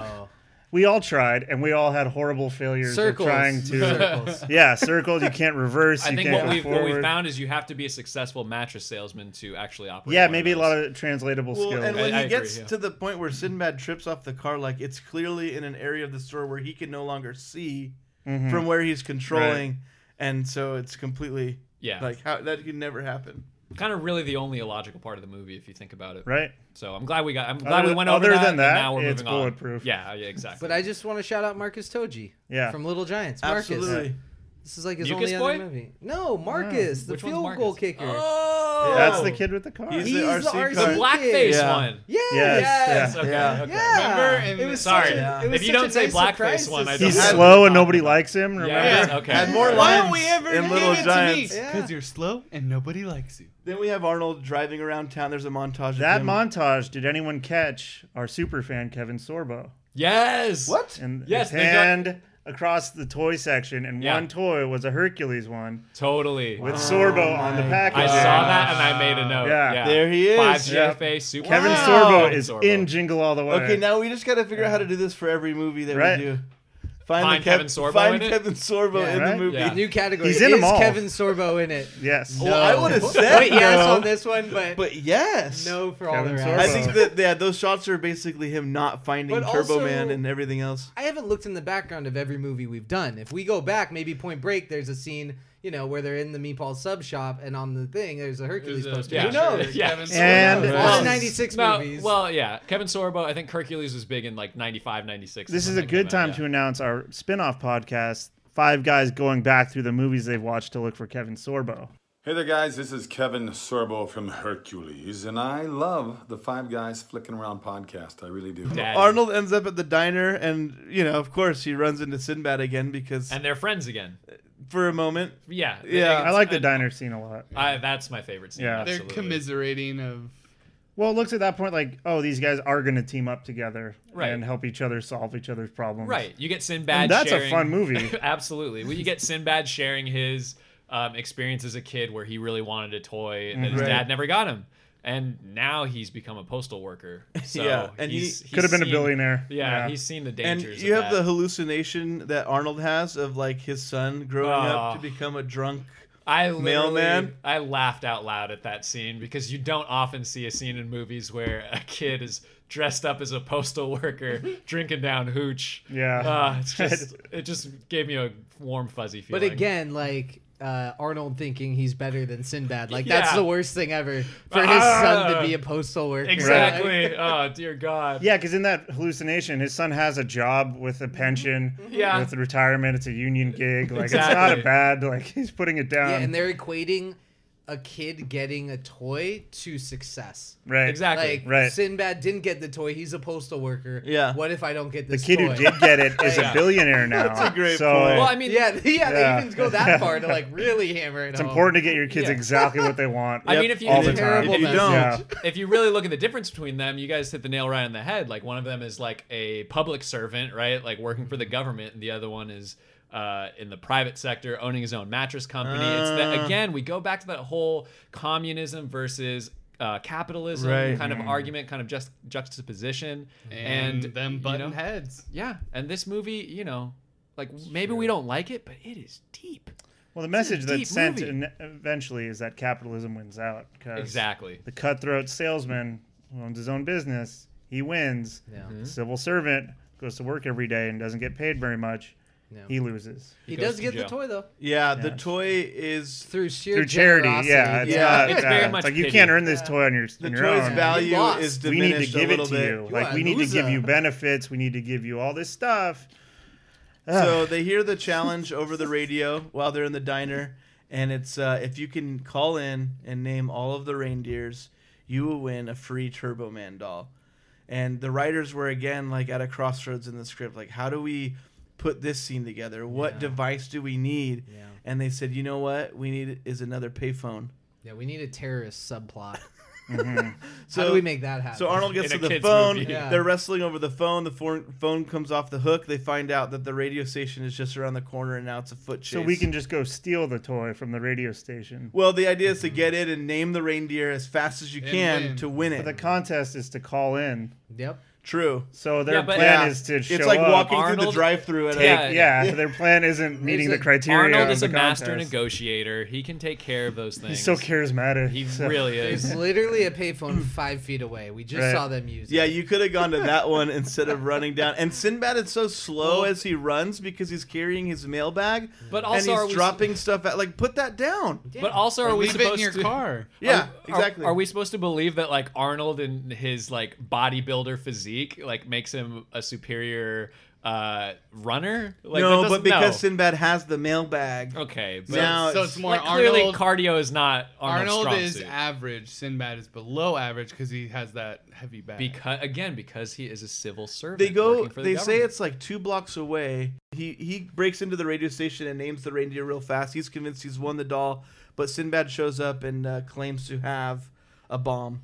J: *laughs*
H: No.
A: We all tried, and we all had horrible failures
J: Circles.
A: of trying to.
L: *laughs*
A: *laughs*
J: *laughs* Circles.
A: Yeah, circles. You can't reverse.
J: I
A: you
J: think
A: can't
J: what
A: go
J: we've
A: forward.
J: what we found is you have to be a successful mattress salesman to actually operate.
A: yeah,
J: one of
A: maybe a
J: those.
A: lot of translatable skills.
L: And when
J: I-
L: he
J: I
L: gets
J: agree, yeah.
L: to the point where Sinbad trips off the car, like it's clearly in an area of the store where he can no longer see
J: Mhm.
L: from where he's controlling, and so it's completely
J: Yeah.
L: like how that could never happen.
J: kind of really the only illogical part of the movie if you think about it.
A: Right.
J: So I'm glad we got. I'm glad
A: Other-
J: we went over
A: other
J: that.
A: than
J: and
A: that,
J: now we're
A: it's
J: moving on.
A: bulletproof.
J: Yeah, yeah, exactly.
H: But I just want to shout out Marcus Toji.
A: Yeah.
H: From Little Giants. Marcus.
L: Absolutely.
H: This is like his
J: Mucus
H: only
J: Boy?
H: other movie. No, Marcus, the
J: Which one's
H: field
J: Marcus?
H: goal kicker. Oh!
A: That's the kid with the car.
L: He's the
H: He's
L: RC
H: the RC
L: car.
J: The blackface
L: Yeah.
J: one.
H: Yes.
A: Yes.
J: Yes. Okay.
L: Yeah.
J: okay.
H: Yeah.
M: Remember in
H: It was
J: Sorry.
H: such a- it
J: if
H: was
J: you
H: such a
J: don't say
H: nice
J: blackface
H: surprise
J: one, I
H: to
J: don't.
A: He's slow and nobody likes him. Remember?
J: Yeah. Okay.
L: Had more
M: Why
L: lines
M: don't we ever
L: in
M: give
L: Little
M: it to
L: Giants.
M: me?
H: Yeah.
M: Because you're slow and nobody likes you.
L: Then we have Arnold driving around town. There's a montage.
A: That
L: of him.
A: montage. Did anyone catch our super fan Kevin Sorbo?
J: Yes.
L: What?
A: And
J: Yes,
A: his
J: they got-
A: hand across the toy section, and
J: Yeah.
A: one toy was a Hercules one
J: Totally.
A: with Sorbo on the
L: my
A: package.
J: I saw that and I made a note.
A: Yeah.
J: Yeah.
L: There he is.
J: Five G
A: Yeah.
J: face. Super
A: Kevin
J: fan.
A: Sorbo
J: Kevin
A: is
J: Sorbo.
A: in Jingle All the Way.
L: Okay, now we just got to figure out how to do this for every movie that
A: Right.
L: we do.
J: Find
L: the
J: Kevin Sorbo
L: Find
J: in it?
L: Kevin Sorbo
H: Yeah.
L: in
A: Right?
L: the movie.
J: Yeah.
H: New category.
A: He's in
H: Is
A: them all.
H: Kevin Sorbo in it?
A: yes.
L: Well, I would have said
H: Wait, yes
L: no,
H: on this one, but,
L: but yes.
H: no for all the
A: Kevin
H: rest.
A: Sorbo.
L: I think that yeah, those shots are basically him not finding
H: But
L: Turbo
H: also-
L: Man and everything else.
H: I haven't looked in the background of every movie we've done. If we go back, maybe Point Break, there's a scene, you know, where they're in the meatball sub shop, and on the thing, there's a Hercules
M: There's a
H: poster.
J: yeah.
H: Who
M: picture
H: knows?
J: *laughs*
M: of
J: Yeah.
M: Kevin Sorbo.
A: And-
H: All
A: Well,
H: the 96
J: No,
H: movies.
J: Well, yeah. Kevin Sorbo. I think Hercules was big in like 95, 96.
A: This is
J: when
A: a
J: that
A: good
J: came out,
A: time
J: yeah.
A: to announce our spin-off podcast, Five Guys Going Back Through the Movies They've Watched to Look for Kevin Sorbo.
Q: Hey there, guys. This is Kevin Sorbo from Hercules, and I love the Five Guys Flicking Around podcast. I really do.
J: Daddy.
L: Arnold ends up at the diner, and you know, of course, he runs into Sinbad again because
J: And they're friends again.
L: for a moment,
J: Yeah.
L: Yeah.
J: It's-
A: I like the
J: uh,
A: diner scene a lot.
J: I, that's my favorite scene.
A: Yeah.
J: Yeah.
M: They're commiserating of
A: Well, it looks at that point like, oh, these guys are going to team up together
J: Right.
A: and help each other solve each other's problems.
J: Right. You get Sinbad.
A: And that's a
J: sharing,
A: fun movie.
J: *laughs* absolutely. Well, you get Sinbad sharing his um, experience as a kid, where he really wanted a toy that his
A: Mm-hmm.
L: Right.
J: dad never got him, and now he's become a
A: *laughs*
J: postal worker. So
L: Yeah, and he-
J: he's- he's
A: Could have been a
J: seen-
A: billionaire.
J: Yeah,
A: Yeah.
J: he's seen the
L: and
J: dangers.
L: you
J: of
L: have the
J: that.
L: hallucination that Arnold has of like his son growing up
J: Oh.
L: to become a drunk.
J: I literally-
L: mailman.
J: I laughed out loud at that scene because you don't often see a scene in movies where a kid is dressed up as a postal worker
A: *laughs*
J: drinking down hooch.
A: Yeah.
J: uh,
A: *laughs*
J: it's just it just gave me a warm fuzzy feeling.
H: But again, like uh, Arnold thinking he's better than Sinbad. Like that's
J: Yeah.
H: the worst thing ever for his
J: Ah.
H: son to be a postal worker.
J: exactly. Oh dear God.
A: Yeah, because in that hallucination, his son has a job with a pension,
J: Mm-hmm. Yeah.
A: with retirement. It's a union gig. Like it's not a
J: Exactly.
A: bad. Like he's putting it down.
H: Yeah, and they're equating a kid getting a toy to success.
A: right.
J: Exactly.
H: Like
A: Right.
H: Sinbad didn't get the toy. He's a postal worker.
L: Yeah.
H: What if I don't get
A: The
H: this
A: kid
H: toy?
A: who did
H: *laughs*
A: get it is a
J: *laughs* Yeah.
A: billionaire now.
L: That's a great
A: so
L: point.
J: well, I mean,
H: yeah, yeah,
A: Yeah.
H: They even
A: *laughs*
H: go that far to like really hammer it.
A: It's important to get your kids
J: Yeah.
A: exactly what they want.
J: I mean, if you-
A: all the time.
H: Terrible
L: If you
H: message.
L: don't,
A: Yeah.
J: if you really look at the difference between them, you guys hit the nail right on the head. Like one of them is like a public servant, right? Like working for the government, and the other one is uh, in the private sector, owning his own mattress company. it's that
L: Uh.
J: again, we go back to that whole communism versus. Uh, capitalism
L: Right.
J: kind of argument, kind of just juxtaposition,
M: Mm. and,
J: and,
M: them
J: you know,
M: button heads.
J: yeah. And this movie, you know, like maybe we don't like it, but it is deep.
A: Well, the message that's
J: deep
A: sent
J: movie.
A: in, eventually is that capitalism wins out. 'cause
J: Exactly.
A: The cutthroat salesman who owns his own business, he wins.
H: Yeah.
A: The civil servant goes to work every day and doesn't get paid very much.
H: No.
A: He loses.
H: He,
J: goes
H: does
J: to
H: get the
J: jail.
H: toy though
L: yeah, the
A: Yeah.
L: toy is
H: through sheer
A: Through charity,
H: generosity.
A: yeah. It's
L: Yeah.
A: not
J: It's
A: uh,
J: very
A: it's
J: much
A: like you
J: pity.
A: can't earn this toy on your,
L: the
A: on your
L: toy's
A: own.
L: value
H: lost.
L: is
A: we need
L: diminished
A: to give
L: a
A: it
L: little
A: to
L: bit.
A: you.
H: You
A: Like
H: are
A: we need to give
H: loser.
A: you benefits. We need to give you all this stuff.
H: *laughs*
L: So they hear the challenge over the radio while they're in the diner, and it's uh, if you can call in and name all of the reindeers, you will win a free Turbo Man doll. And the writers were again like at a crossroads in the script, like how do we put this scene together? What device do we need?
H: Yeah.
L: And they said, you know what we need is another payphone.
H: Yeah, we need a terrorist
L: *laughs*
H: subplot.
L: So
H: How do we make that happen?
L: So Arnold gets
J: In
L: to
J: a
L: the
J: kid's
L: phone.
J: movie.
H: Yeah.
L: They're wrestling over the phone. The phone phone comes off the hook. They find out that the radio station is just around the corner, and now it's a foot chase.
A: So we can just go steal the toy from the radio station.
L: Well, the idea is to get it and name the reindeer as fast as you
M: And
L: can
M: win.
L: to win
A: But
L: it.
J: Mm-hmm.
A: the contest is to call in.
H: *laughs* Yep.
L: True.
A: So their
J: Yeah, but-
A: plan
J: Yeah.
A: is to show
L: It's like
A: up.
L: walking through the
J: Arnold-
L: drive-through at
J: Yeah.
L: a
A: yeah, their plan isn't meeting the
H: Listen,
A: criteria.
J: Arnold
A: of
J: is
A: the
J: a master
A: contest.
J: negotiator. He can take care of those things.
A: He's so charismatic.
L: *laughs*
J: He
A: so-
J: really
H: There's
J: is.
H: literally a payphone five feet away. We just
A: Right.
H: saw them use it.
L: Yeah, you could have gone to that one
J: *laughs*
L: instead of running down. And Sinbad is so slow as he runs because he's carrying his mailbag.
J: But also,
L: and
J: are
L: he's
J: we-
L: dropping stuff at like put that down.
J: But also, are we
M: leave it
J: supposed
M: in your
J: to?
M: car.
L: Yeah,
J: Are-
L: exactly.
J: Are, we supposed to believe that like Arnold and his like bodybuilder physique like makes him a superior uh, runner. Like,
L: no,
J: that doesn't-
L: but because Sinbad has the mailbag.
J: Okay, but
L: now
M: so it's more
J: like, clearly
M: Arnold.
J: cardio is not Arnold's
M: Arnold
J: strong
M: is
J: suit.
M: average. Sinbad is below average because he has that heavy bag.
J: because again because he is a civil servant.
L: They go.
J: working for the
L: They say
J: government.
L: it's like two blocks away. He he breaks into the radio station and names the reindeer real fast. He's convinced he's won the doll, but Sinbad shows up and uh, claims to have a bomb.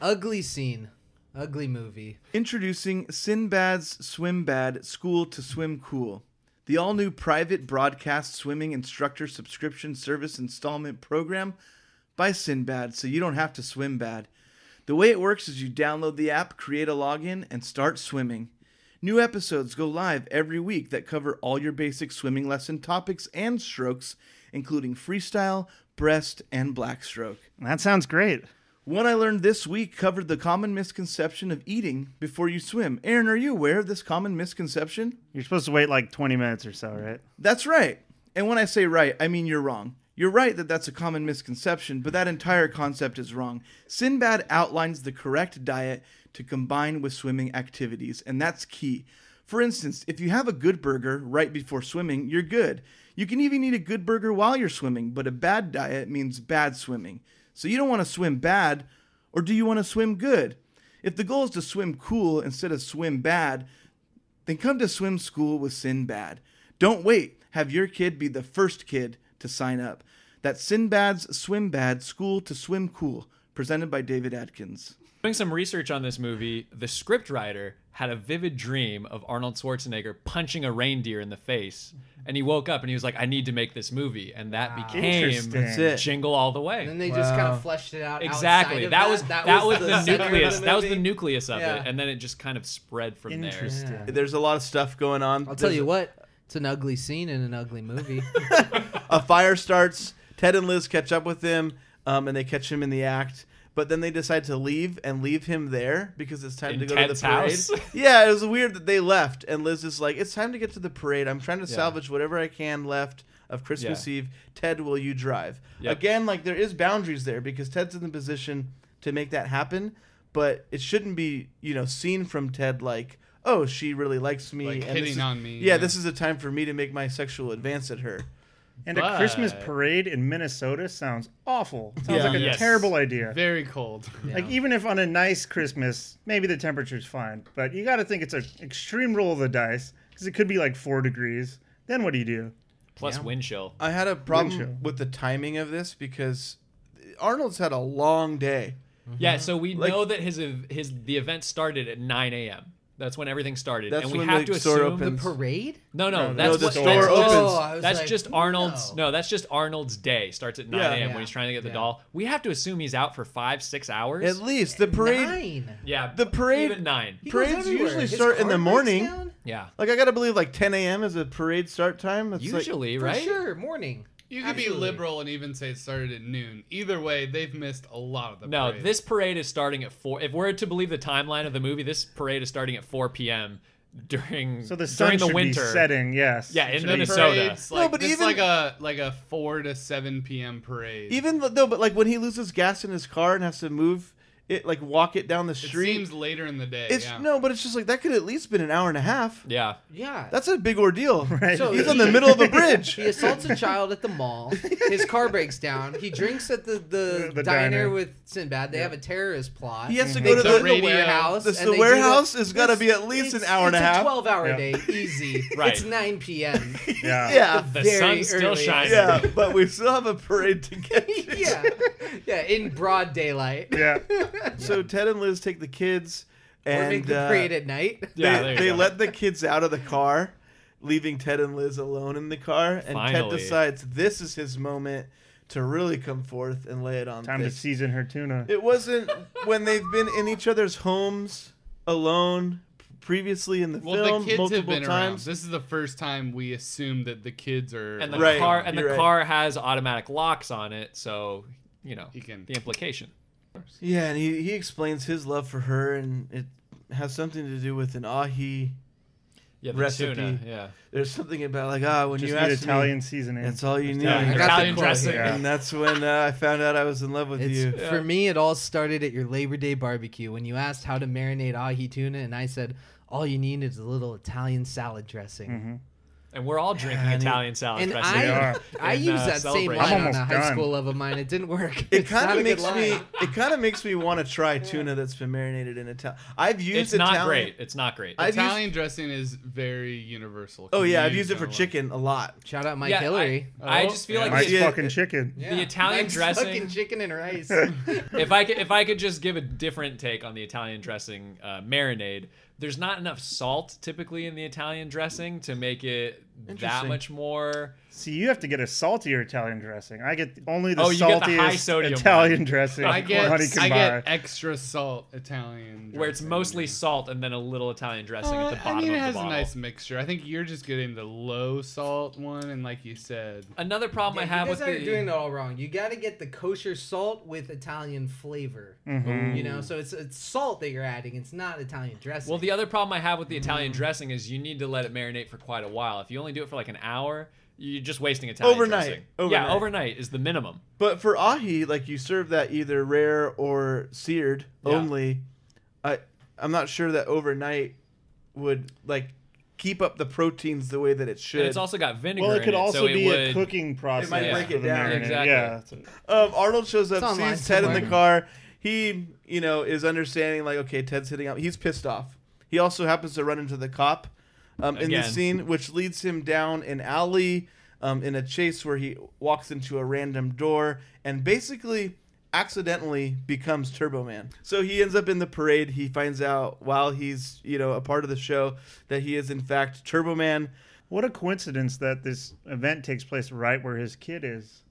H: Ugly scene. Ugly movie.
L: Introducing Sinbad's Swim Bad School to Swim Cool, the all new private broadcast swimming instructor subscription service installment program by Sinbad so you don't have to swim bad. The way it works is you download the app, create a login, and start swimming. New episodes go live every week that cover all your basic swimming lesson topics and strokes, including freestyle, breast, and backstroke.
A: That sounds great.
L: What I learned this week covered the common misconception of eating before you swim. Aaron, are you aware of this common misconception?
A: You're supposed to wait like 20 minutes or so, right?
L: That's right. And when I say right, I mean you're wrong. You're right that that's a common misconception, but that entire concept is wrong. Sinbad outlines the correct diet to combine with swimming activities, and that's key. For instance, if you have a good burger right before swimming, you're good. You can even eat a good burger while you're swimming, but a bad diet means bad swimming. So you don't want to swim bad, or do you want to swim good? If the goal is to swim cool instead of swim bad, then come to swim school with Sinbad. Don't wait. Have your kid be the first kid to sign up. That's Sinbad's Swim Bad School to Swim Cool, presented by David Adkins.
J: Doing some research on this movie, the scriptwriter had a vivid dream of Arnold Schwarzenegger punching a reindeer in the face, and he woke up and he was like, "I need to make this movie," and that became
H: Interesting. That's it.
J: Jingle All the Way.
H: And then they just kind of fleshed it out.
J: exactly
H: outside of
J: that, was that, was, the,
H: center of
J: nucleus
H: the
J: that was the
H: movie.
J: nucleus of
H: Yeah.
J: it, and then it just kind of spread from
H: Interesting.
J: there.
H: Yeah.
L: There's a lot of stuff going on.
H: I'll tell you what. It's an ugly scene in an
L: *laughs*
H: ugly movie.
L: a fire starts. Ted and Liz catch up with him, um, and they catch him in the act. But then they decide to leave and leave him there because it's time
J: In
L: to go
J: Ted's
L: to the parade.
J: house?
H: *laughs*
L: yeah, it was weird that they left, and Liz is like, "It's time to get to the parade. I'm trying to
J: Yeah.
L: salvage whatever I can left of Christmas Eve." Ted, will you drive?
J: Yep.
L: Again, like there is boundaries there because Ted's in the position to make that happen, but it shouldn't be you know seen from Ted like. Oh, she really likes me.
M: Like
L: and this
M: hitting
L: is-
M: on me,
L: Yeah,
M: yeah.
L: this is a time for me to make my sexual advance at her.
A: And a Christmas
L: But-
A: parade in Minnesota sounds awful. Sounds
L: Yeah.
A: like a
L: Yes.
A: terrible idea.
J: *laughs*
M: Very cold.
A: Like even if on a nice Christmas, maybe the temperature's fine, but you got to think it's an extreme roll of the dice because it could be like four degrees. Then what do you do?
J: Plus wind chill.
L: I had a
A: Wind
L: problem with the timing of this because Arnold's had a long day.
H: Mm-hmm.
J: Yeah, so we
L: Like-
J: know that his ev- his the event started at 9 a.m. That's when everything started,
L: That's
J: and we
L: when
J: have
L: the
J: to
L: store
J: assume
L: opens. The
H: parade.
J: No,
L: No,
J: no,
L: no,
J: that's
L: the
J: what,
L: store
J: that's,
L: opens.
J: Just,
L: Oh, I was
J: that's
L: like,
J: just Arnold's. No. that's just Arnold's day starts at 9
L: Yeah.
J: a.m.
L: Yeah.
J: when he's trying to get the doll. We have to assume he's out for five, six hours
L: At least the parade.
J: Yeah,
L: The parade.
J: even nine. He goes
L: Parades
J: everywhere.
L: usually
J: His
L: start in
J: car
L: the
J: breaks
L: morning.
J: down? Yeah.
L: Like I gotta believe like 10 a.m. is a parade start time. It's like-
J: Usually,
M: right?
H: Sure, morning.
M: You could be liberal and even say it started at noon. Either way, they've missed a lot of the
J: No,
M: parade.
J: this parade is starting at four. If we're to believe the timeline of the movie, this parade is starting at 4 p.m. during
A: So the sun
J: during the
A: should be
J: winter
A: setting, yes. *laughs*
J: Yeah,
A: It
J: in
A: should be-
J: Minnesota.
M: It's like, this is like a like a four to seven p.m. parade.
L: Even though, but like when he loses gas in his car and has to move it, like walk it down the
M: It
L: street.
M: seems later in the day.
L: it's
M: yeah.
L: no, but it's just like that could at least been an hour and a half.
J: Yeah.
H: Yeah.
L: That's a big ordeal.
H: So
L: He's
H: he-
L: in the middle of
A: *laughs*
L: a bridge.
H: *laughs* He assaults a child at the mall. His car breaks down. He drinks at the, the,
L: *laughs* The
H: diner,
L: diner.
H: with Sinbad. They have a terrorist plot.
L: He has to
H: They
L: go to the,
H: warehouse.
L: This,
H: and
L: the
H: they do
L: warehouse
H: the-
L: has got to be at least an hour and a
H: it's
L: half.
H: A Twelve hour
L: Yeah.
H: day,
L: *laughs*
H: easy.
L: Right.
H: It's nine
L: *laughs*
H: p.m.
L: *laughs* Yeah.
H: The The very sun's still earliest. shining.
L: Yeah, but we still have a parade to
H: *laughs*
L: get to.
H: *laughs* yeah, yeah, in broad daylight.
A: *laughs* Yeah.
L: So Ted and Liz take the kids
H: Or
L: and
H: make the
L: uh,
H: parade at night.
L: They,
H: Yeah, there you
L: they
H: go.
L: let the kids out of the car, leaving Ted and Liz alone in the car. And
A: Finally.
L: Ted decides this is his moment to really come forth and lay it on.
A: Time to
L: thick.
A: season her tuna.
L: It wasn't when they've been in each other's homes alone previously in the
M: Well,
L: film
M: the kids
L: multiple
M: have been around.
L: times.
M: This is the first time we assume that the kids are
J: and the
M: like,
J: car and the
M: You're right.
J: car has automatic locks on it, so you know the implication.
L: Yeah, and he, he explains his love for her, and it has something to do with an ahi
J: Yeah, the
L: recipe.
J: tuna, yeah.
L: there's something about like ah, when
A: Just
L: you
A: need
L: asked
A: Italian
L: me,
A: seasoning.
L: That's all you need.
A: Italian I got the Italian quote
H: dressing. here.
L: and that's when uh, I found out I was in love with
H: It's,
L: you.
H: For me, it all started at your Labor Day barbecue when you asked how to marinate ahi tuna, and I said all you need is a little Italian salad dressing.
J: And we're all drinking
H: Yeah, and it-
J: Italian salad
H: and
J: dressing.
H: I-
J: in our-
H: I
J: in,
H: used
J: uh,
H: that same
J: celebration.
H: line on a high school love of mine. It didn't work.
L: It
H: It's not
L: kind
H: a
L: of
H: good
L: makes
H: line.
L: me. It kind of makes me want to try tuna that's been marinated in Italian. I've
J: It's
L: used
J: not
L: Italian.
J: great. It's not great.
L: I've used-
M: Italian dressing is very universal.
L: Oh
M: Can
L: yeah,
M: you
L: I've used it
M: that
L: for
M: a lot?
L: chicken a lot.
H: Shout out Mike
M: Yeah, I-
H: Hillary.
J: I just feel like
A: Nice
J: the,
A: fucking chicken.
J: the Italian
H: Mike's
J: dressing.
H: fucking chicken and rice.
J: if I could, if I could just give a different take on the Italian dressing uh, marinade, there's not enough salt typically in the Italian dressing to make it that
A: Interesting.
J: much more.
A: *laughs* See, you have to get a saltier Italian dressing. I get only the
J: Oh, you get
A: saltiest
J: the high sodium one.
A: Italian dressing.
M: I get
A: money can
M: I
A: buy.
M: get extra salt Italian.
J: Where it's mostly salt and then a little Italian dressing
H: Oh,
J: at the
M: Uh,
J: bottom
M: I mean, it
J: of the
M: has a
J: bottle.
M: nice mixture. I think you're just getting the low salt one, and like you said,
J: another problem
H: Yeah, you guys are doing it all wrong. You got to get the kosher salt with Italian flavor.
J: Mhm.
H: You know, so it's it's salt that you're adding. It's not Italian dressing.
J: Well, the other problem I have with the Italian dressing is you need to let it marinate for quite a while. If you only do it for like an hour, you're just wasting Italian
L: Overnight.
J: dressing.
L: Overnight.
J: Yeah, overnight is the minimum.
L: But for ahi, like you serve that either rare or seared
J: Yeah.
L: only. I I'm not sure that overnight would like keep up the proteins the way that it should.
J: And it's also got vinegar.
A: Well, it
J: in
A: could
J: so
A: also
J: it
A: be a
J: would-
A: cooking process.
L: It might break
A: for
L: it
A: the
L: down.
A: marinade.
J: Exactly.
A: Yeah.
L: Um, Arnold shows
H: It's
L: up,
H: online
L: sees Ted in the
H: somewhere.
L: car. He, you know, is understanding like, okay, Ted's hitting up. He's pissed off. He also happens to run into the cop um, in the
J: Again.
L: scene, which leads him down an alley um, in a chase where he walks into a random door and basically accidentally becomes Turbo Man. So he ends up in the parade. He finds out while he's, you know, a part of the show that he is in fact Turbo Man.
A: What a coincidence that this event takes place right where his kid is.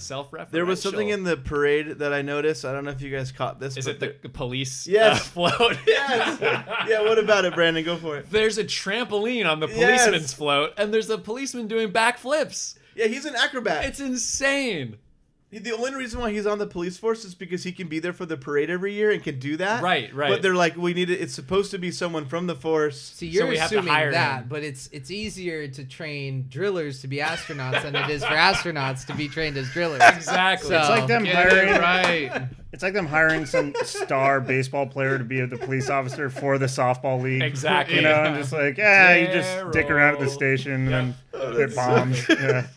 J: Self-referential.
L: There was something in the parade that I noticed. I don't know if you guys caught this.
J: Is
L: but
J: it the police
L: Yes.
J: uh, *laughs* float? *laughs*
L: yes. Yeah, what about it, Brandon? Go for it.
J: There's a trampoline on the
L: Yes.
J: policeman's float, and there's a policeman doing backflips.
L: Yeah, he's an acrobat.
J: It's insane.
L: The only reason why he's on the police force is because he can be there for the parade every year and can do that.
J: Right, right.
L: But they're like, we need it. It's supposed to be someone from the force.
H: See, you're assuming that, but it's it's easier to train drillers to be astronauts than it is for astronauts to be trained as
L: *laughs*
H: drillers.
J: Exactly.
H: So,
A: it's *laughs* like them
M: get
A: hiring
M: it right.
A: It's like them hiring
J: *laughs*
A: some star baseball player to be the police officer for the softball league.
J: Exactly.
A: You know, I'm just like, yeah, you just dick around at the station and then hit bombs. *laughs* yeah.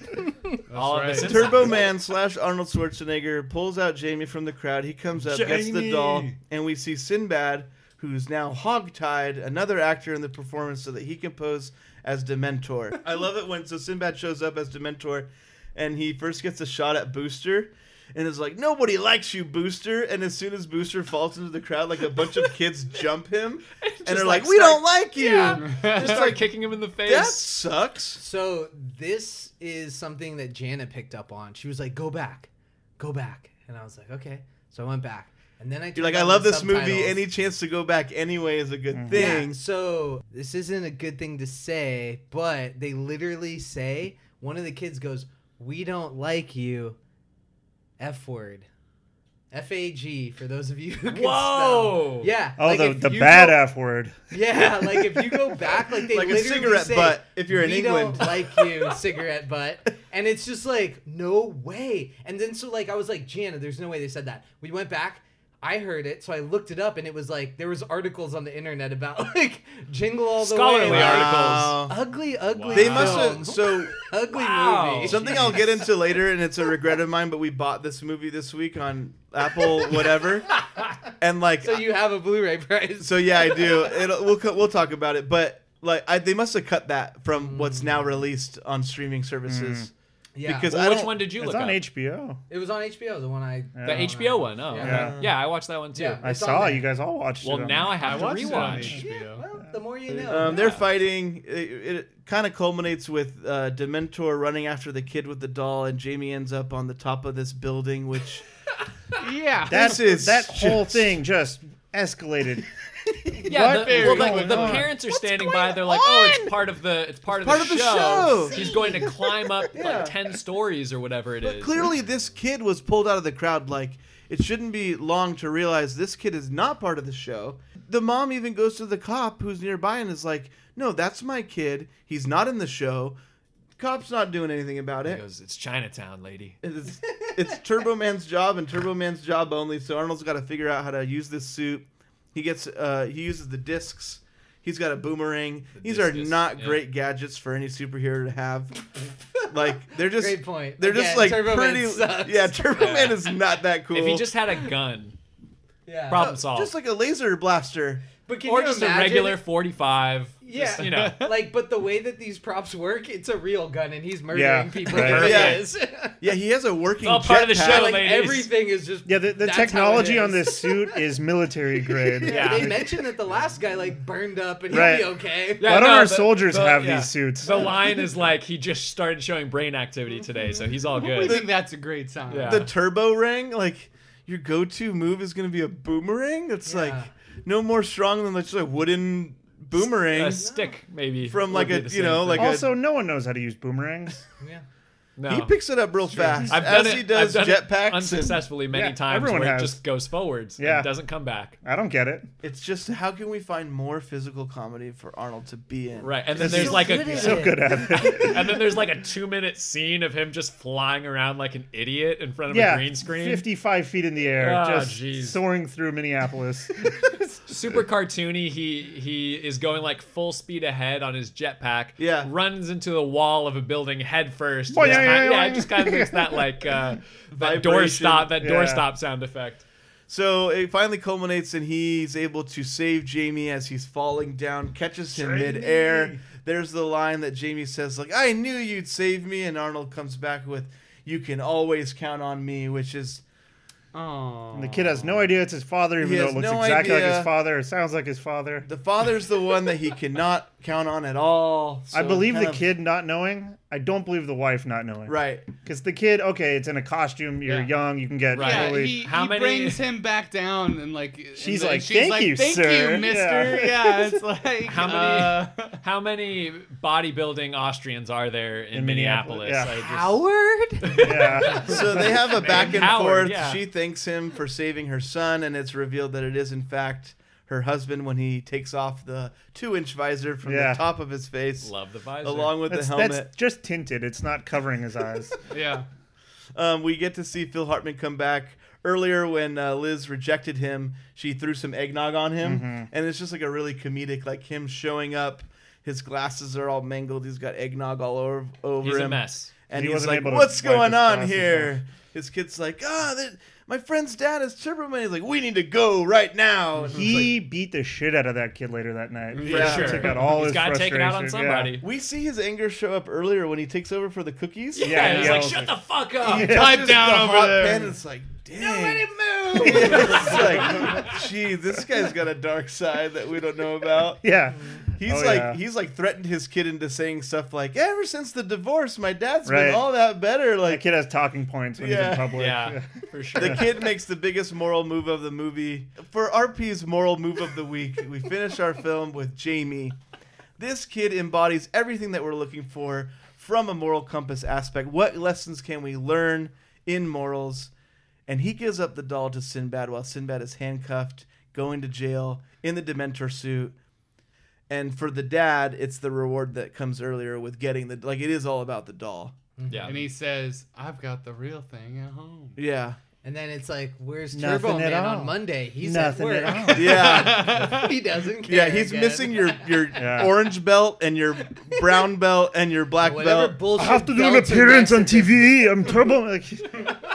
J: All at the same time.
L: *laughs* Turbo Man slash Arnold Schwarzenegger pulls out Jamie from the crowd. He comes up, gets the
J: Jamie!
L: doll, and we see Sinbad, who's now hogtied, another actor in the performance, so that he can pose as Dementor. *laughs* I love it when so Sinbad shows up as Dementor, and he first gets a shot at Booster. And is like nobody likes you, Booster. And as soon as Booster falls into the crowd, like a bunch of kids jump him, *laughs* and
J: Just
L: they're like, "We
J: start-
L: don't like you."
J: Yeah. Just
L: Just like
J: like *laughs* kicking him in the face.
L: that sucks.
H: so this is something that Jana picked up on. She was like, "Go back, go back," and I was like, "Okay." So I went back, and then I
L: You're
H: turned
L: like,
H: on
L: I
H: the
L: love this movie.
H: subtitles."
L: Any chance to go back anyway is a good
H: Mm.
A: Mm-hmm.
L: thing.
H: Yeah, so this isn't a good thing to say, but they literally say one of the kids goes, "We don't like you," f word, f a g for those of you who can
J: Whoa!
H: spell. Yeah.
A: Oh,
H: like
A: the,
H: if
A: the
H: you
A: bad
H: go-
A: F word.
H: Yeah, like if you go back, like they
L: Like a
H: literally
L: cigarette
H: say,
L: butt, if you're in
H: "We
L: England."
H: don't like you, cigarette butt, and it's just like no way. And then so like I was like, Jana, there's no way they said that. We went back. I heard it, so I looked it up, and it was like there was articles on the internet about *laughs* like jingle all the
J: Scholarly
H: way, like,
L: Wow.
H: ugly, ugly.
L: They must
H: film.
L: have so
H: *laughs* ugly movie.
L: something I'll get into later, and it's a regret of mine. But we bought this movie this week on Apple,
H: *laughs*
L: whatever, and like
H: So you have a Blu-ray price.
L: So yeah, I do. It'll, we'll co- we'll talk about it, but like I, they must have cut that from what's now released on streaming services.
H: Mm. Yeah.
L: because
J: Well,
L: I
J: which
L: don't-
J: one did you
A: It's
J: look
A: on
J: up?
A: HBO.
H: It was on HBO, the one I
J: The HBO one. Oh,
A: Yeah.
J: okay. yeah, I watched that one too.
H: Yeah.
A: I
H: It's on
A: saw
H: there.
A: you guys all watched
J: Well,
A: it. on
J: now I
A: there.
J: have to
M: watched it on
J: rewatch.
M: HBO.
H: Well, the more you know.
L: Um, They're fighting. It, it kind of culminates with uh, Dementor running after the kid with the doll, and Jamie ends up on the top of this building, which
M: Yeah.
A: That,
L: This is
A: that whole
L: just-
A: thing just escalated.
J: Yeah,
A: What
J: the,
A: is
J: well, like,
A: going
J: the
A: on?
J: parents are standing by. They're like, "Oh, it's part of the it's part,
L: part
J: of, the,
L: of the
J: show.
L: show.
J: He's going to climb up
L: Yeah.
J: like ten stories or whatever it is.
L: clearly this kid was pulled out of the crowd. Like it shouldn't be long to realize this kid is not part of the show. The mom even goes to the cop who's nearby and is like, "No, that's my kid. He's not in the show. Cop's not doing anything about
J: He
L: it."
J: goes, "It's Chinatown, lady."
L: It's, it's Turbo Man's job and Turbo Man's job only. So Arnold's got to figure out how to use this suit. He gets uh, he uses the discs. He's got a boomerang. These are not great gadgets for any superhero to have. like they're just
H: Great point.
L: They're
H: Again,
L: just like
H: Turbo Man
L: pretty.
H: sucks.
L: Yeah, Turbo
H: Yeah.
L: Man
H: *laughs*
L: is not that cool.
J: If he just had a gun,
H: Yeah.
J: problem
L: No,
J: solved.
L: Just like a laser blaster.
H: But can
J: or
H: you
J: just
H: imagine?
J: a regular 45.
H: Yeah,
J: Just, you
L: *laughs*
J: know.
H: *laughs* like, but the way that these props work, it's a real gun, and he's murdering
J: Yeah,
H: people.
J: right.
H: with
J: Yeah.
H: his. *laughs*
L: Yeah, he has a working.
J: all part of the
L: jetpack.
J: show,
H: like
J: ladies.
H: everything is just
A: Yeah, the, the
H: *laughs* that's how it
A: technology on
H: is.
A: this suit is military grade.
H: Yeah, *laughs* they mentioned that the last guy like burned up, and he'd
A: Right.
H: be okay.
A: Why don't our soldiers have these suits?
J: The line is like he just started showing brain activity today, so he's all good.
M: I think that's a great sign.
J: Yeah.
L: The turbo ring, like your go-to move is gonna be a boomerang. It's like no more strong than just a wooden boomerang.
J: A stick, maybe.
L: From like
J: would
L: a
J: be the
L: you
J: same
L: know
J: thing.
L: like
A: also, no one knows how to use boomerangs.
H: yeah.
J: No.
L: he picks it up real fast.
J: I've
L: as
J: done it,
L: he does
J: I've done it
L: jetpacks and-
J: unsuccessfully many
L: Yeah,
J: times.
L: everyone
J: where
L: has.
J: it just goes forwards.
L: Yeah.
J: and doesn't come back.
A: I don't get it.
L: It's just how can we find more physical comedy for Arnold to be in?
J: Right, and then there's like *laughs* a and then there's like a two minute scene of him just flying around like an idiot in front of
A: yeah,
J: a green screen.
A: 55 feet in the air,
J: Ah,
A: just
J: jeez.
A: soaring through Minneapolis.
J: super cartoony. He he is going like full speed ahead on his jetpack. Yeah, runs into the wall of a building head first.
A: Boing,
J: Just
A: boing,
J: kind- yeah,
A: boing.
J: it just kind of makes that like uh, that door
L: *laughs* Vibration.
J: stop, that door
L: Yeah.
J: stop sound effect.
L: So it finally culminates, and he's able to save Jamie as he's falling down, catches him
J: Jamie.
L: midair. There's the line that Jamie says, like, "I knew you'd save me," and Arnold comes back with, "You can always count on me," which is,
M: oh,
A: And the kid has no idea it's his father, even
L: He
A: though
L: has
A: it looks
L: no
A: exactly like his
L: idea.
A: father. It sounds like his father.
L: the father's the one that he cannot count on at all.
A: I
L: So
A: believe
L: kind
A: the
L: of-
A: kid not knowing. I don't believe the wife not knowing.
L: Right.
A: Because the kid, okay, it's in a costume. You're young. You can get
M: Yeah,
A: totally-
M: he, he brings him back down and like and
A: She's
M: then
A: like, "Thank you,
M: thank
A: sir."
M: you, mister."
A: Yeah. *laughs*
M: Yeah, it's like
J: How many
M: uh,
J: *laughs* how many bodybuilding Austrians are there in,
A: In Minneapolis,
J: Minneapolis?
A: yeah.
J: I just- *laughs*
H: Howard.
A: Yeah.
L: so they
A: *laughs*
L: have a back and
J: Howard,
L: forth.
J: yeah.
L: She thanks him for saving her son, and it's revealed that it is in fact her husband when he takes off the two-inch visor from
A: Yeah.
L: the top of his face.
J: Love the visor.
L: along with
A: that's,
L: the helmet.
A: That's just tinted. It's not covering his *laughs* eyes.
M: yeah.
L: Um, we get to see Phil Hartman come back earlier when uh, Liz rejected him. She threw some eggnog on him,
A: Mhm.
L: and it's just like a really comedic, like him showing up. His glasses are all mangled. He's got eggnog all over over
J: He's a
L: him.
J: mess.
L: And
A: He
L: he's
A: wasn't
L: like,
A: able to
L: "What's
A: wipe
L: going
A: his
L: on
A: glasses
L: here?" His kid's like, "Ah, that my friend's dad is Turbo Man." He's like, "We need to go right now." And it's
A: He beat the shit out of that kid later that night.
L: For
A: Yeah.
L: sure.
A: Took out all
J: He's
A: his
J: gotta take it out on
A: frustration, yeah.
J: somebody.
L: We see his anger show up earlier when he takes over for the cookies. *laughs*
J: Yeah, and he's like, "Shut the fuck up!
L: He touches the hot Pen, it's like, dang. *laughs* it's like, gee, this guy's got a dark side that we don't know about.
A: Yeah.
L: He's
A: Oh,
L: like
A: yeah.
L: he's like threatened his kid into saying stuff like, ever since the divorce, my dad's
A: Right.
L: been all that better. Like
A: That kid has talking points when he's in public.
J: for
L: The kid makes the biggest moral move of the movie. For RP's moral move of the week, we finish our film with Jamie. This kid embodies everything that we're looking for from a moral compass aspect. What lessons can we learn in morals? And he gives up the doll to Sinbad while Sinbad is handcuffed, going to jail in the Dementor suit. And for the dad, it's the reward that comes earlier with getting the like it is all about the doll.
J: Yeah.
M: And he says, "I've got the real thing at home."
L: Yeah.
H: *laughs* And then it's like, where's
L: Nothing
H: Turbo
L: at
H: Man
L: all.
H: on Monday? He's
L: Nothing
H: at work.
L: at
A: Oh.
J: *laughs*
L: all. Yeah.
H: *laughs* he doesn't care.
L: Yeah, he's
H: again.
L: missing your your orange belt and your brown belt and your black belt.
A: I have to do an appearance on TV. I'm turbo.
J: *laughs*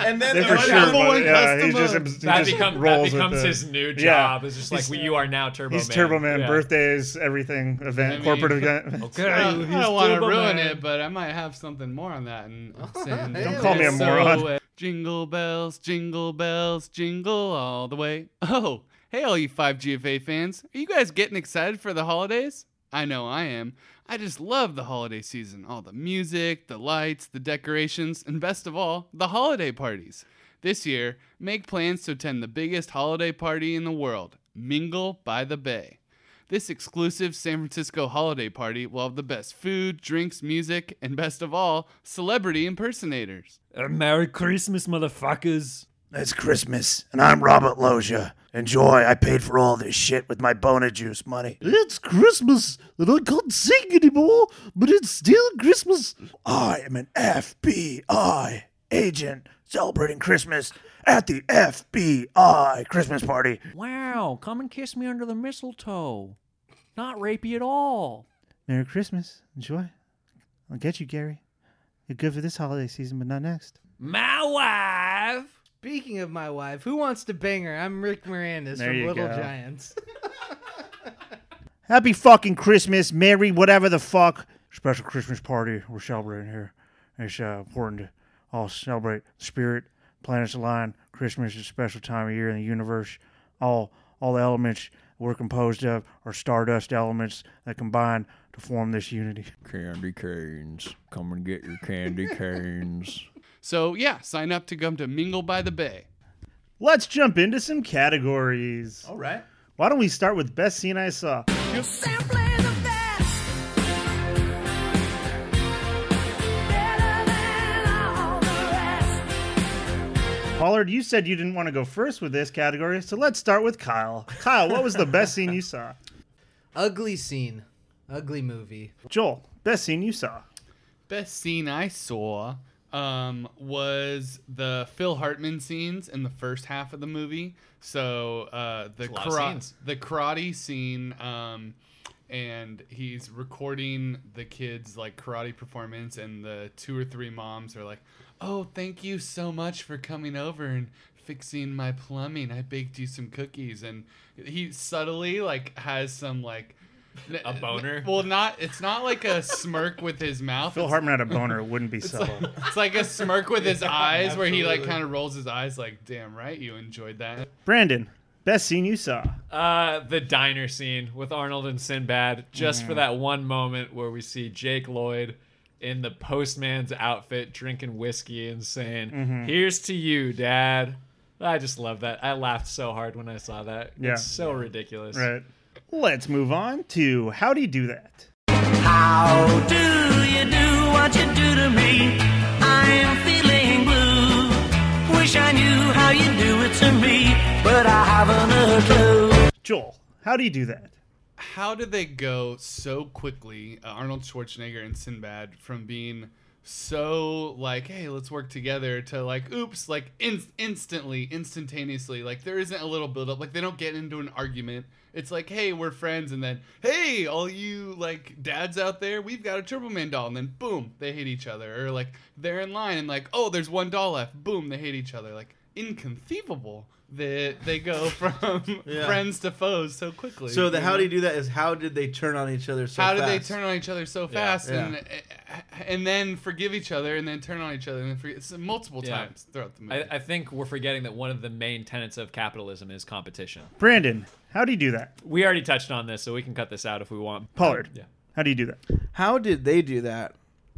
A: Like,
L: and then
A: They for sure, but yeah, he just- he just
J: that, become, that
A: rolls with
J: becomes
A: the-
J: his new
A: Yeah.
J: job. It's just like
A: He's-
J: we, you are now Turbo
A: he's
J: Man.
A: Turbo Man.
J: Yeah.
A: Birthdays, everything, event,
M: I
J: *laughs*
M: mean,
A: corporate event.
J: okay.
M: I don't- I
J: he's
M: don't want to
J: Turbo
M: ruin
J: Man.
M: it, but I might have something more on that. And send
A: Don't call me a
M: So,
A: moron.
M: uh, jingle bells, jingle bells, jingle all the way. *laughs* Oh, hey, all you five GFA fans, are you guys getting excited for the holidays? I know I am. I just love the holiday season. All the music, the lights, the decorations, and best of all, the holiday parties. This year, make plans to attend the biggest holiday party in the world, Mingle by the Bay. This exclusive San Francisco holiday party will have the best food, drinks, music, and best of all, celebrity impersonators.
R: Merry Christmas, motherfuckers.
S: It's Christmas, and I'm Robert Loggia. Enjoy. I paid for all this shit with my bona juice money.
T: It's Christmas, and I can't sing anymore, but it's still Christmas.
S: I am an FBI agent celebrating Christmas at the FBI Christmas party.
R: Wow, come and kiss me under the mistletoe.
J: Not rapey at all.
A: Merry Christmas. Enjoy. I'll get you, Gary. You're good for this holiday season, but not next.
H: My wife. Speaking of my wife, who wants to bang her? I'm Rick Moranis
A: There
H: from
A: you
H: Little
A: go.
H: Giants. *laughs*
A: Happy fucking Christmas, Merry whatever the fuck. Special Christmas party we're celebrating here. It's uh, important to all celebrate the spirit, planets align. Christmas is a special time of year in the universe. All all the elements we're composed of are stardust elements that combine to form this unity.
J: Candy canes. Come and get your candy canes.
M: So yeah, sign up to come to Mingle by the Bay.
A: Let's jump into some categories.
M: All right.
A: Why don't we start with best scene I saw? Pollard, you said you didn't want to go first with this category, so let's start with Kyle. Kyle, what was the best scene you saw?
H: Ugly scene. Ugly movie.
A: Joel, best scene you saw.
M: Best scene I saw um, was the Phil Hartman scenes in the first half of the movie. So uh,
J: That's
M: the
J: a lot of
M: kara-
J: scenes.
M: the karate scene, um, and he's recording the kids like karate performance, and the two or three moms are like, "Oh, thank you so much for coming over and." fixing my plumbing i baked you some cookies and he subtly like has some like a
J: boner?
M: well not it's not like a smirk with his mouth
A: Phil
M: it's-
A: Hartman had a boner. It wouldn't be subtle.
M: it's like a smirk with
J: *laughs*
M: his
J: Yeah,
M: eyes where he like
J: absolutely.
M: kind of rolls his eyes like, damn right, you enjoyed that.
A: Brandon, best scene you saw.
J: Uh, the diner scene with Arnold and Sinbad, just for
A: Mm.
J: that one moment where we see Jake Lloyd in the postman's outfit drinking whiskey and saying,
A: Mhm.
J: "Here's to you, Dad." I just love that. I laughed so hard when I saw that.
A: Yeah.
J: It's so ridiculous.
A: Right. Let's move on to how do you do that?
K: How do you do what you do to me? I'm feeling blue. Wish I knew how you do it to me, but I haven't a clue.
A: Joel, how do you do that?
M: How did they go so quickly, uh, Arnold Schwarzenegger and Sinbad, from being so like, hey, let's work together to like, oops, like in- instantly, instantaneously, like there isn't a little build up, like they don't get into an argument. It's like, hey, we're friends, and then, hey, all you like dads out there, we've got a Turbo Man doll, and then boom, they hate each other, or like they're in line and like, oh, there's one doll left, boom, they hate each other, like inconceivable that they go *laughs* from
L: Yeah.
M: friends to foes so quickly.
L: So the how do you do that is how did they turn on each other so
M: How did
L: fast?
M: they turn on each other so fast
L: Yeah.
M: and eh, and then forgive each other and then turn on each other and then forgive it's multiple
J: Yeah.
M: times throughout the movie.
J: I, I think we're forgetting that one of the main tenets of capitalism is competition.
A: Brandon, how do you do that?
J: We already touched on this, so we can cut this out if we want.
A: Pollard,
J: Yeah.
A: how do you do that?
L: How did they do that?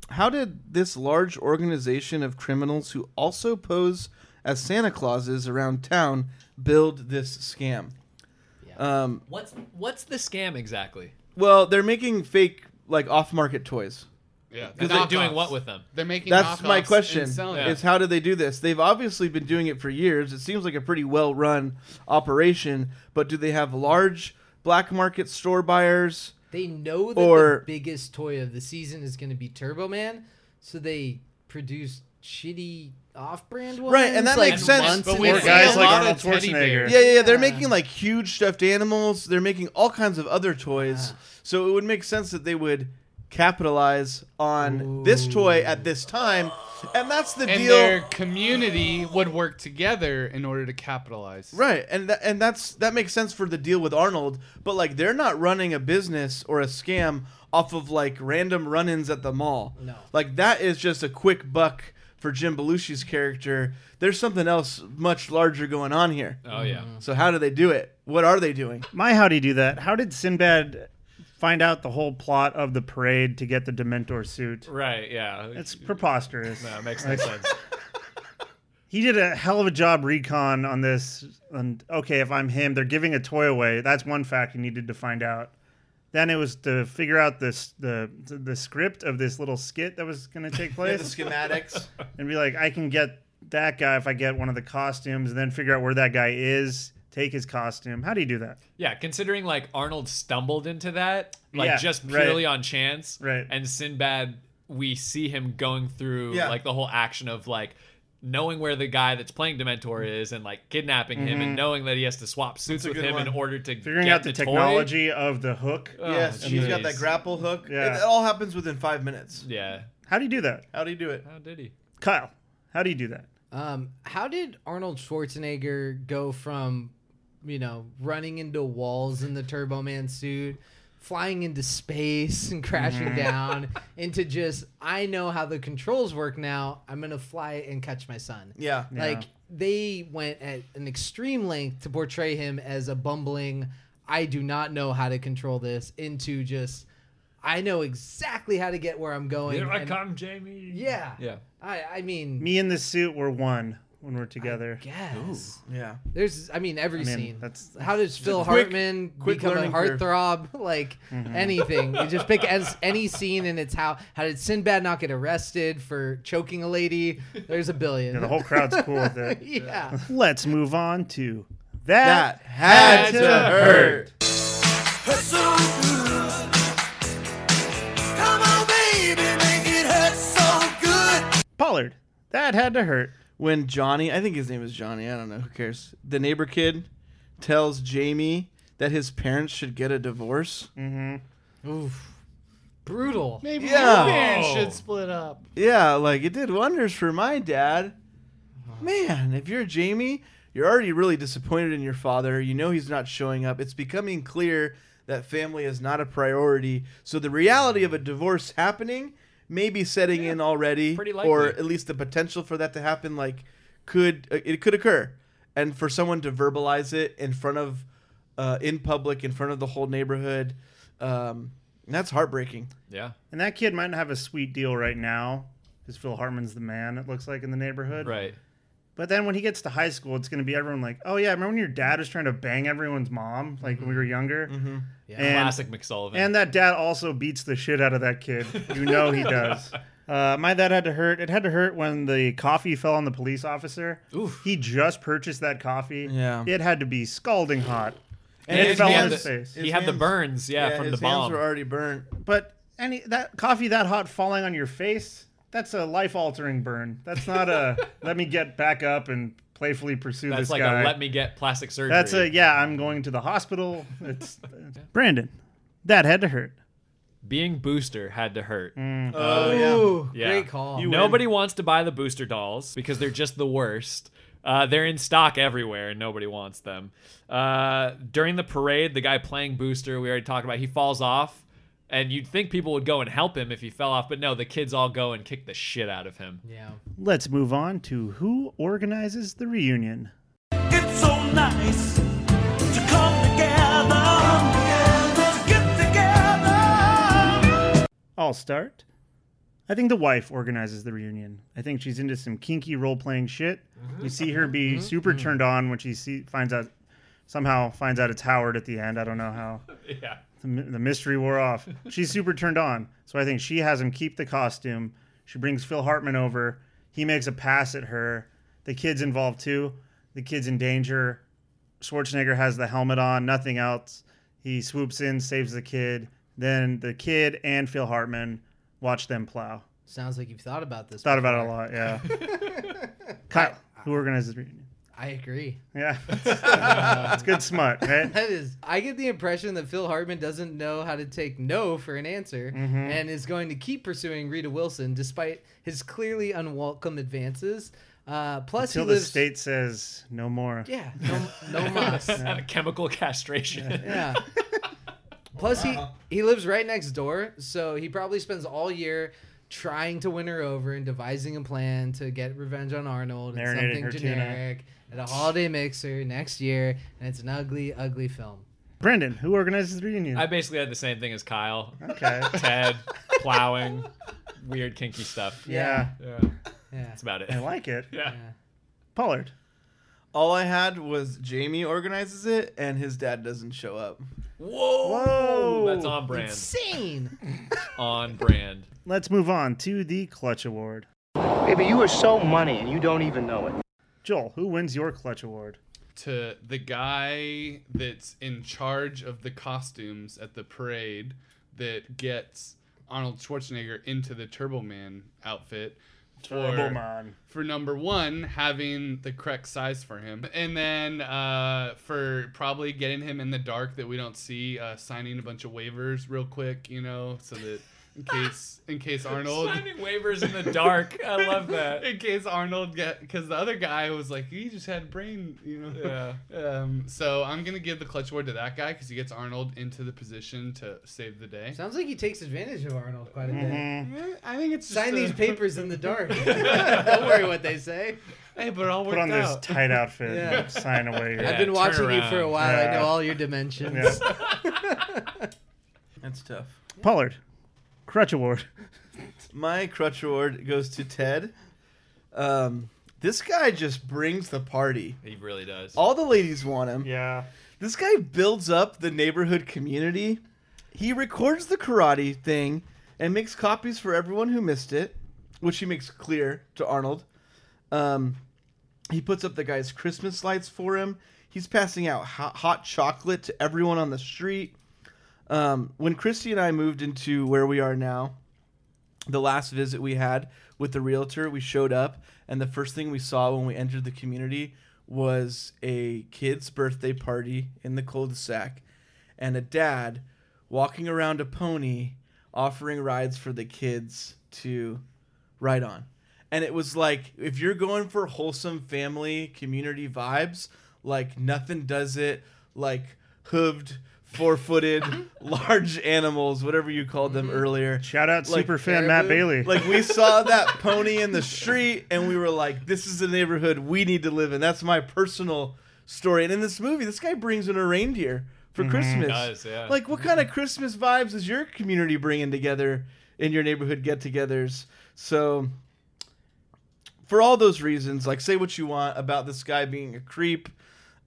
L: How did this large organization of criminals who also pose as Santa Clauses around town build this scam? Um,
J: What's what's the scam exactly?
L: well, they're making fake like off-market toys.
M: Yeah,
J: Because they're doing what with them?
M: They're making
L: That's my
M: knockoffs
L: question.
M: and selling
L: Is
M: it.
L: how do they do this? They've obviously been doing it for years. It seems like a pretty well-run operation, but do they have large black market store buyers?
H: They know that
L: Or-
H: the biggest toy of the season is going to be Turbo Man, so they produce shitty off-brand ones.
L: Right, and that
H: like
L: makes sense.
H: once in a
A: guys like
H: while.
A: Arnold Schwarzenegger.
L: Yeah, yeah, yeah. They're making like huge stuffed animals. They're making all kinds of other toys. So it would make sense that they would capitalize on this toy at this time, and that's the
M: and
L: deal.
M: their community would work together in order to capitalize.
L: Right, and tha- and that's that makes sense for the deal with Arnold, but like they're not running a business or a scam off of like random run-ins at the mall. No, like that is just a quick buck for Jim Belushi's character. There's something else much larger going on here.
J: Oh, yeah.
L: So how do they do it? What are they doing?
A: My how do you do that? How did Sinbad find out the whole plot of the parade to get the Dementor suit?
J: Right. Yeah.
A: It's preposterous.
J: No, it makes no sense.
A: He did a hell of a job recon on this. And okay, if I'm him, they're giving a toy away. That's one fact you needed to find out. Then it was to figure out this the the script of this little skit that was going to take
L: Yeah,
A: place.
L: the schematics.
A: and be like, I can get that guy if I get one of the costumes, and then figure out where that guy is, take his costume. How do you do that?
J: Yeah, considering like Arnold stumbled into that, like
A: Yeah,
J: just
A: right.
J: purely on chance,
A: Right.
J: And Sinbad, we see him going through
A: Yeah.
J: like the whole action of like knowing where the guy that's playing Dementor is and like kidnapping him
A: Mhm.
J: and knowing that he has to swap suits
L: a
J: with
L: good
J: him
L: one.
J: in order to
A: Figuring
J: get
A: out the,
J: toy.
A: technology of the hook.
L: yes,
J: Oh,
L: she's got
J: jeez.
L: that grapple hook.
A: Yeah.
L: It, it all happens within five minutes.
J: Yeah.
A: How do you do that?
L: How do you do it?
J: How did he?
A: Kyle, how do you do that?
H: Um, how did Arnold Schwarzenegger go from, you know, running into walls in the Turbo Man suit, flying into space and crashing
A: Mhm.
H: down, into just I know how the controls work now. I'm gonna fly and catch my son.
L: Yeah. Yeah.
H: like they went at an extreme length to portray him as a bumbling. I do not know how to control this. Into just. I know exactly how to get where I'm going.
R: Here I
H: come, Jamie. Yeah.
J: Yeah.
H: I, I mean,
A: Me and the suit were one when we're together.
H: guess.
L: Yeah.
H: There's, I mean, every
A: I mean,
H: scene.
A: that's-
H: how does
A: It's a
H: Phil
A: quick-
H: Hartman
A: quick
H: become a
A: learning curve.
H: heartthrob? *laughs* Like
A: Mhm.
H: anything, you just
A: *laughs*
H: pick as any scene, and it's how how did Sinbad not get arrested for choking a lady? There's a
A: *laughs*
H: billion.
A: Yeah, the
H: *laughs*
A: whole crowd's cool with it.
H: yeah.
A: Let's move on to
H: That
A: that,
H: had to hurt.
K: Hurt so good. Come on, baby, make it hurt so good.
A: Pollard. That had to hurt.
L: When Johnny, I think his name is Johnny, I don't know, who cares? The neighbor kid tells Jamie that his parents should get a divorce.
H: Mm-hmm. Oof. Brutal.
M: Maybe
L: Yeah.
M: your parents
L: Whoa.
M: should split up.
L: Yeah, like it did wonders for my dad. Man, if you're Jamie, you're already really disappointed in your father. You know he's not showing up. It's becoming clear that family is not a priority. So the reality of a divorce happening may be setting in already,
J: pretty likely.
L: or at least the potential for that to happen. Like, could uh, it could occur, and for someone to verbalize it in front of, uh, in public, in front of the whole neighborhood, um, that's heartbreaking.
J: Yeah.
A: And that kid might not have a sweet deal right now because Phil Hartman's the man, it looks like, in the neighborhood.
J: Right.
A: But then when he gets to high school, it's going to be everyone like, oh, yeah, remember when your dad was trying to bang everyone's mom, like when we were younger? Mm-hmm.
J: Yeah. Classic McSullivan.
A: And that dad also beats the shit out of that kid. You know he
J: *laughs*
A: does. Uh, my dad had to hurt. It had to hurt when the coffee fell on the police officer. Oof. He just purchased that coffee.
L: Yeah.
A: It had to be scalding hot.
J: And
A: And,
J: his
A: it fell
J: hand-
A: on his face.
J: he had the burns, yeah, from
L: his
J: the
L: hands
J: bomb.
L: were already burnt.
A: But any that coffee that hot falling on your face, that's a life altering burn. That's not a
J: *laughs*
A: let me get back up and playfully pursue
J: That's
A: this
J: like
A: guy.
J: a let me get plastic surgery.
A: that's a yeah, I'm going to the hospital. It's Brandon. That had to hurt.
J: being booster had to hurt.
A: Oh,
J: yeah.
A: Ooh,
J: yeah.
A: great call. You
J: nobody wants to buy the booster dolls because they're just the worst. Uh, they're in stock everywhere and nobody wants them. Uh, during the parade, the guy playing booster we already talked about, he falls off. And you'd think people would go and help him if he fell off, but no, the kids all go and kick the shit out of him. *laughs*
H: Yeah.
A: Let's move on to who organizes the reunion.
K: It's so nice to come together, to get together.
A: I'll start. I think the wife organizes the reunion. I think she's into some kinky role playing shit. You see her be super turned on when she see, finds out somehow finds out it's Howard at the end. I don't know how.
J: Yeah.
A: The, my- the mystery wore off. She's super turned on. So I think she has him keep the costume. She brings Phil Hartman over. He makes a pass at her. The kid's involved too. The kid's in danger. Schwarzenegger has the helmet on, nothing else. He swoops in, saves the kid. Then the kid and Phil Hartman watch them plow.
H: Sounds like you've thought about this.
A: Thought about it a lot, yeah. Kyle, who organizes the reunion?
H: I agree.
J: *laughs*
A: Yeah. it's good smut, right?
H: That is. I get the impression that Phil Hartman doesn't know how to take no for an answer,
A: Mhm.
H: and is going to keep pursuing Rita Wilson despite his clearly unwelcome advances. Uh, plus,
A: Until
H: he
A: the
H: lives.
A: state says no more.
H: yeah, no,
A: *laughs*
H: no mas.
J: Chemical castration.
H: Yeah. Plus, he he lives right next door, so he probably spends all year trying to win her over and devising a plan to get revenge on Arnold. It's
A: Marinating
H: something
A: her tuna.
H: generic at a holiday mixer next year, and it's an ugly, ugly film.
A: Brandon, who organizes the reunion?
J: *laughs* I basically had the same thing as Kyle.
A: *laughs* Okay.
J: Ted, plowing, weird kinky stuff.
A: Yeah.
J: Yeah.
H: Yeah.
J: That's about it.
A: I like it.
J: Yeah.
A: Pollard.
L: All I had was Jamie organizes it, and his dad doesn't show up.
J: Whoa.
A: Whoa.
J: That's on brand.
H: Insane.
R: *laughs*
J: on brand.
A: Let's move on to the Clutch Award.
U: Baby, you are so money and you don't even know it.
A: Joel, who wins your Clutch Award?
M: to the guy that's in charge of the costumes at the parade that gets Arnold Schwarzenegger into the Turbo Man outfit
A: Terrible
M: for
A: man.
M: for number one having the correct size for him, and then uh, for probably getting him in the dark that we don't see, uh, signing a bunch of waivers real quick, you know, so that in case in case Arnold
J: Signing waivers in
R: *laughs*
J: the dark. I love that.
M: *laughs* in case Arnold get because the other guy was like he just had brain, you know. Yeah. Um, so I'm gonna give the clutch award to that guy because he gets Arnold into the position to save the day.
H: Sounds like he takes advantage of Arnold quite a bit.
A: Mm-hmm.
M: Mhm. I think it's
H: sign
M: just
H: these
M: a-
H: papers in the *laughs* dark. Don't worry what they say.
M: *laughs* Hey, but all
A: Put on this tight outfit.
H: Yeah.
A: and Sign away. your-
H: I've been watching you for a while. I know all your dimensions.
L: That's tough.
A: Pollard, Crutch Award.
L: My crutch award goes to Ted. Um, this guy just brings the party.
J: He really does.
L: All the ladies want him.
A: Yeah.
L: This guy builds up the neighborhood community. He records the karate thing and makes copies for everyone who missed it, which he makes clear to Arnold. Um, he puts up the guy's Christmas lights for him. He's passing out hot, hot chocolate to everyone on the street. Um, when Christy and I moved into where we are now, the last visit we had with the realtor, we showed up, and the first thing we saw when we entered the community was a kid's birthday party in the cul-de-sac, and a dad walking around a pony offering rides for the kids to ride on. And it was like if you're going for wholesome family community vibes, like nothing does it like hooved, four-footed, large animals, whatever you called them earlier.
A: Shout out
L: Like-
A: super fan Matt Bailey.
L: Like we saw that pony in the street and we were like, this is the neighborhood we need to live in. That's my personal story. And in this movie, this guy brings in a reindeer
J: Mhm.
L: for
H: Mm-hmm.
L: Christmas.
J: Does, yeah.
L: Like what kind of Christmas vibes is your community bringing together in your neighborhood get-togethers? So for all those reasons, like say what you want about this guy being a creep.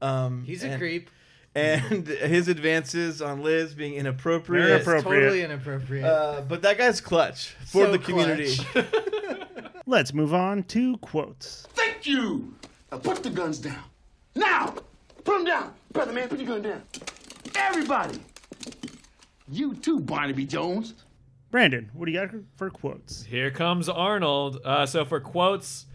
L: Um,
H: He's a
L: and-
H: creep.
L: And his advances on Liz being inappropriate.
A: They're appropriate.
H: Totally inappropriate. *laughs*
L: Uh, but that guy's clutch for
H: So
L: the community.
A: Let's move on to quotes.
P: Thank you. Now put the guns down. Now, put them down. Brother man, put your gun down. Everybody. You too, Barnaby Jones.
A: Brandon, what do you got for quotes?
J: Here comes Arnold. Uh, so for quotes,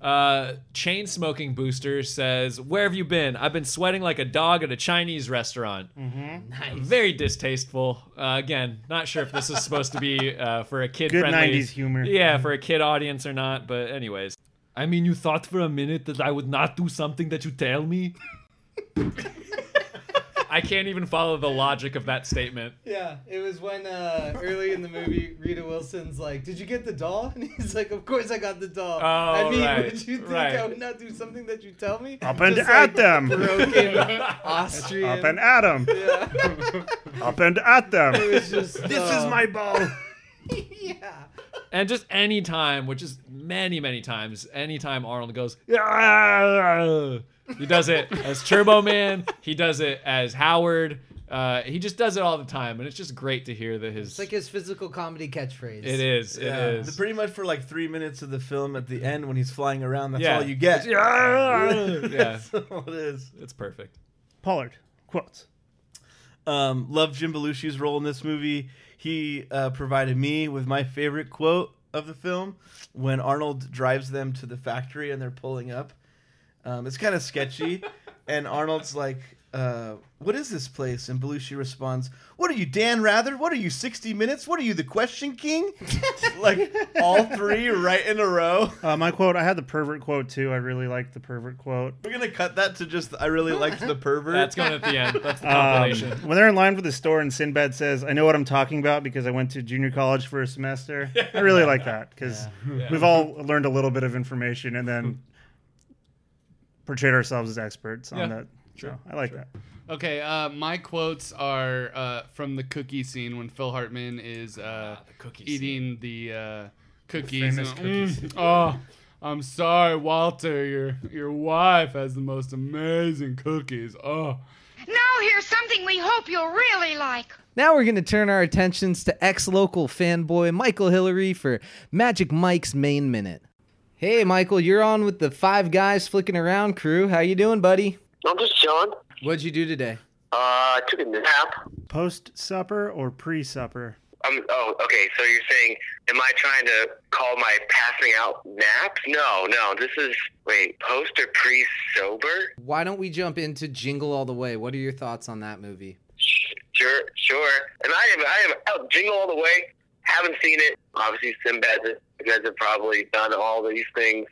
J: uh, chain smoking booster says, "Where have you been? I've been sweating like a dog at a Chinese restaurant."
A: Mm-hmm.
J: Very distasteful. Uh, again, not sure if this is supposed to be uh, for a kid.
A: Good
J: friendly,
A: 90s humor.
J: Yeah, for a kid audience or not. But anyways,
R: I mean, you thought for a minute that I would not do something that you tell me?
J: I can't even follow the logic of
A: *laughs*
J: that statement.
H: Yeah, it was when uh, early in the movie Rita Wilson's like, "Did you get the doll?" *laughs* And he's like, "Of course I got the doll."
J: Oh,
H: I mean,
J: right,
H: would you think I
J: right.
H: would not do something that you tell me?
A: Up and
H: Just,
A: at
H: like, *laughs*
A: them.
H: Broken
A: *laughs*
H: Austrian.
A: Up and at 'em.
H: Yeah.
A: Up and at them.
H: uh, It *laughs*
A: *laughs*
H: was just, uh,
A: ball.
H: yeah.
J: And just any time, which is many, many times, anytime Arnold goes, he does it as Turbo Man. He does it as Howard. Uh, he just does it all the time, and it's just great to hear that his.
H: It's like his physical comedy catchphrase.
J: it is. It
L: Yeah.
J: is.
L: The- pretty much for like three minutes of the film at the end when he's flying around,
J: *laughs*
L: that's
J: Yeah.
L: all you get.
J: *laughs* Yeah.
L: *laughs* That's all it is.
J: It's perfect.
A: Pollard, quotes.
L: Um, love Jim Belushi's role in this movie. He uh, provided me with my favorite quote of the film when Arnold drives them to the factory and they're pulling up. Um, it's kind
J: *laughs*
L: of sketchy, and Arnold's like, uh, "What is this place?" And Belushi responds, "What are you, Dan Rather? What are you, 60 Minutes? What are you, the Question King?" *laughs* like all three right in a row.
A: Uh, my quote, I had the pervert quote too. I really liked the pervert quote.
L: We're gonna cut that to just I really liked the pervert.
J: That's going at
A: *laughs*
J: the end. That's the
A: Um,
J: compilation.
A: when they're in line for the store and Sinbad says, I know what I'm talking about because I went to junior college for a semester. I really like that because
J: Yeah.
A: we've all learned a little bit of information and then portrayed ourselves as experts on
M: Yeah,
A: that.
M: sure,
A: So I like that.
M: *laughs* Okay, uh, my quotes are uh, from the cookie scene when Phil Hartman is uh, eating the uh, cookies.
J: famous
M: and,
J: cookies.
M: "Mm, oh, I'm sorry, Walter. Your your wife has the most amazing cookies. Oh,
D: Now here's something we hope you'll really like.
H: Now we're going to turn our attentions to ex local fanboy Michael Hillary for Magic Mike's main minute. Hey, Michael, you're on with the Five Guys Flicking Around crew. How you doing, buddy?
V: I'm just chilling.
H: What'd you do today?
V: Uh, I took a nap.
A: Post supper or pre supper?
C: Um, oh, okay. So you're saying, am I trying to call my passing out naps? No, no. This is wait, post or pre sober?
H: Why don't we jump into Jingle All the Way? What are your thoughts on that movie?
C: Sure, sure. And I am, I am out jingle all the way. Haven't seen it. Obviously, Sinbad. You guys have probably done all these things.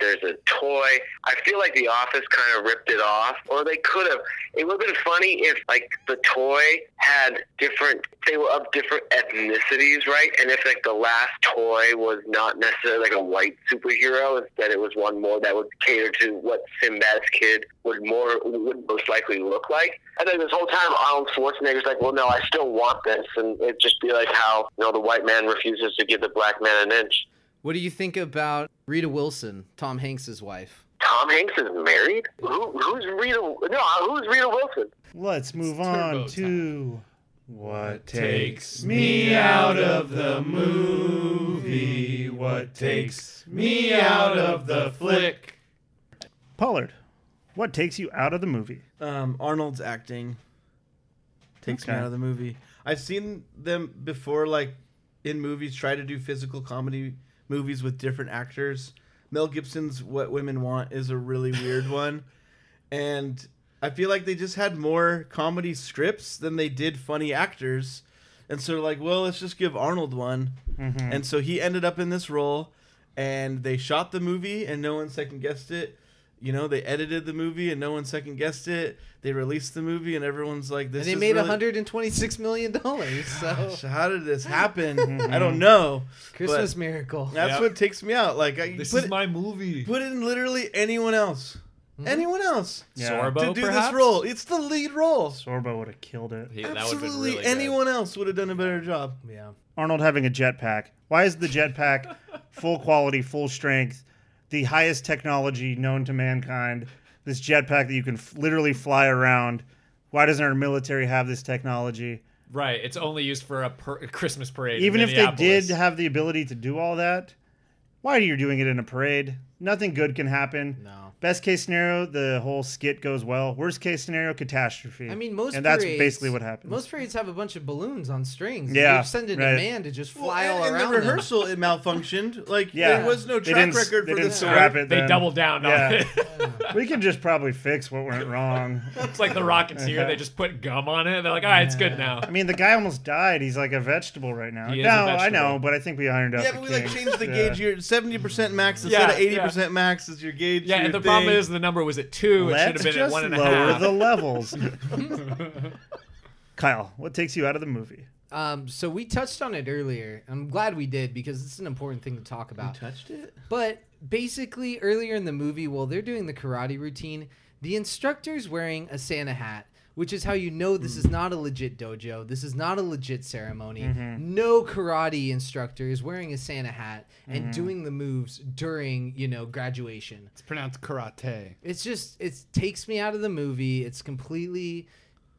C: There's a toy. I feel like The Office kind of ripped it off, or they could have. It would have been funny if, like, the toy had different. They were of different ethnicities, right? And if like the last toy was not necessarily like a white superhero, instead it was one more that would cater to what Sinbad's kid would more would most likely look like. I think this whole time Arnold Schwarzenegger's like, well, no, I still want this, and it'd just be like how you know the white man refuses to give the black man an inch.
H: What do you think about Rita Wilson, Tom Hanks' wife?
C: Tom Hanks is married. Who, who's Rita? No, uh, who's Rita Wilson?
A: Let's move on to what
V: takes me out of the movie? What takes me out of the flick?
A: Pollard. What takes you out of the movie?
L: Um, Arnold's acting takes me
A: Okay.
L: out of the movie. I've seen them before, like in movies, try to do physical comedy movies with different actors. Mel Gibson's "What Women Want" is a really weird one, and I feel like they just had more comedy scripts than they did funny actors, and so like, well, let's just give Arnold one,
J: Mm-hmm.
A: Mhm.
L: and so he ended up in this role, and they shot the movie, and no one second guessed it. You know, they edited the movie, and no one second guessed it. They released the movie, and everyone's like, "This."
H: and they
L: is
H: made
L: really-
H: 126 million dollars. *laughs* So
L: *laughs* Gosh, how did this happen?
J: Mm-hmm.
L: I don't know.
H: Christmas
L: but
H: miracle.
L: That's
H: Yep.
L: what takes me out. Like, I,
J: This
L: put
J: is my movie.
L: Put in literally anyone else.
H: Mm-hmm.
L: Anyone else
A: Yeah.
L: to
A: Sorbo,
L: do
A: perhaps?
L: this role? It's the lead role.
A: Sorbo would have killed it.
L: Absolutely, anyone else would have done a better job.
H: Yeah.
A: Arnold having a jetpack. Why is the jetpack full quality, full strength, the highest technology known to mankind? This jetpack that you can f- literally fly around. Why doesn't our military have this technology?
J: Right. It's only used for a, per- a Christmas parade. in
A: Even if they
J: Minneapolis.
A: did have the ability to do all that, why are you doing it in a parade? Nothing good can happen. No. Best case scenario, the whole skit goes well. Worst case scenario, catastrophe.
H: I mean, most
A: and that's
H: parades-
A: basically what happens.
H: Most parades have a bunch of balloons on strings.
A: Yeah,
H: you're sending
A: right.
H: a man to just fly
L: and,
H: all
L: and
H: around.
L: the
H: them.
L: rehearsal it malfunctioned. Like
A: Yeah.
L: there was no
A: They
L: track
A: didn't s-
L: record
A: they
L: for
A: didn't
L: this.
A: scrap it
J: They
A: then.
J: doubled down on
A: Yeah.
J: *laughs*
A: we can just probably fix what went wrong.
H: *laughs*
J: It's like the
A: Uh-huh.
J: Rockets here. They just put gum on it. They're like, all right, it's good now.
A: I mean, the guy almost died. He's like a vegetable right now.
J: He is a
A: no, I
J: vegetable.
A: know, but I think we ironed out.
L: Yeah,
A: the
L: but we like
A: kinks.
L: changed the
A: Yeah.
L: gauge. You're seventy percent max instead of
J: Yeah,
L: eighty percent max is your gauge.
J: Yeah,
L: for
J: and the
L: your
J: problem
L: thing.
J: is the number was at two. It should have
A: Let's
J: been
A: just
J: at one and a
A: lower
J: half.
A: the
J: *laughs*
A: levels. *laughs* Kyle, what takes you out of the movie?
H: Um, so we touched on it earlier. I'm glad we did because it's an important thing to talk about.
L: touched it.
H: But basically, earlier in the movie, while they're doing the karate routine, the instructor's wearing a Santa hat, which is how you know this
A: Hmm.
H: is not a legit dojo. This is not a legit ceremony.
K: Mhm.
A: Mm-hmm.
H: No karate instructor is wearing a Santa hat
A: Mm-hmm.
H: and
M: Mhm.
H: doing the moves during, you know, graduation.
M: It's pronounced karate.
H: It's just, it takes me out of the movie. It's completely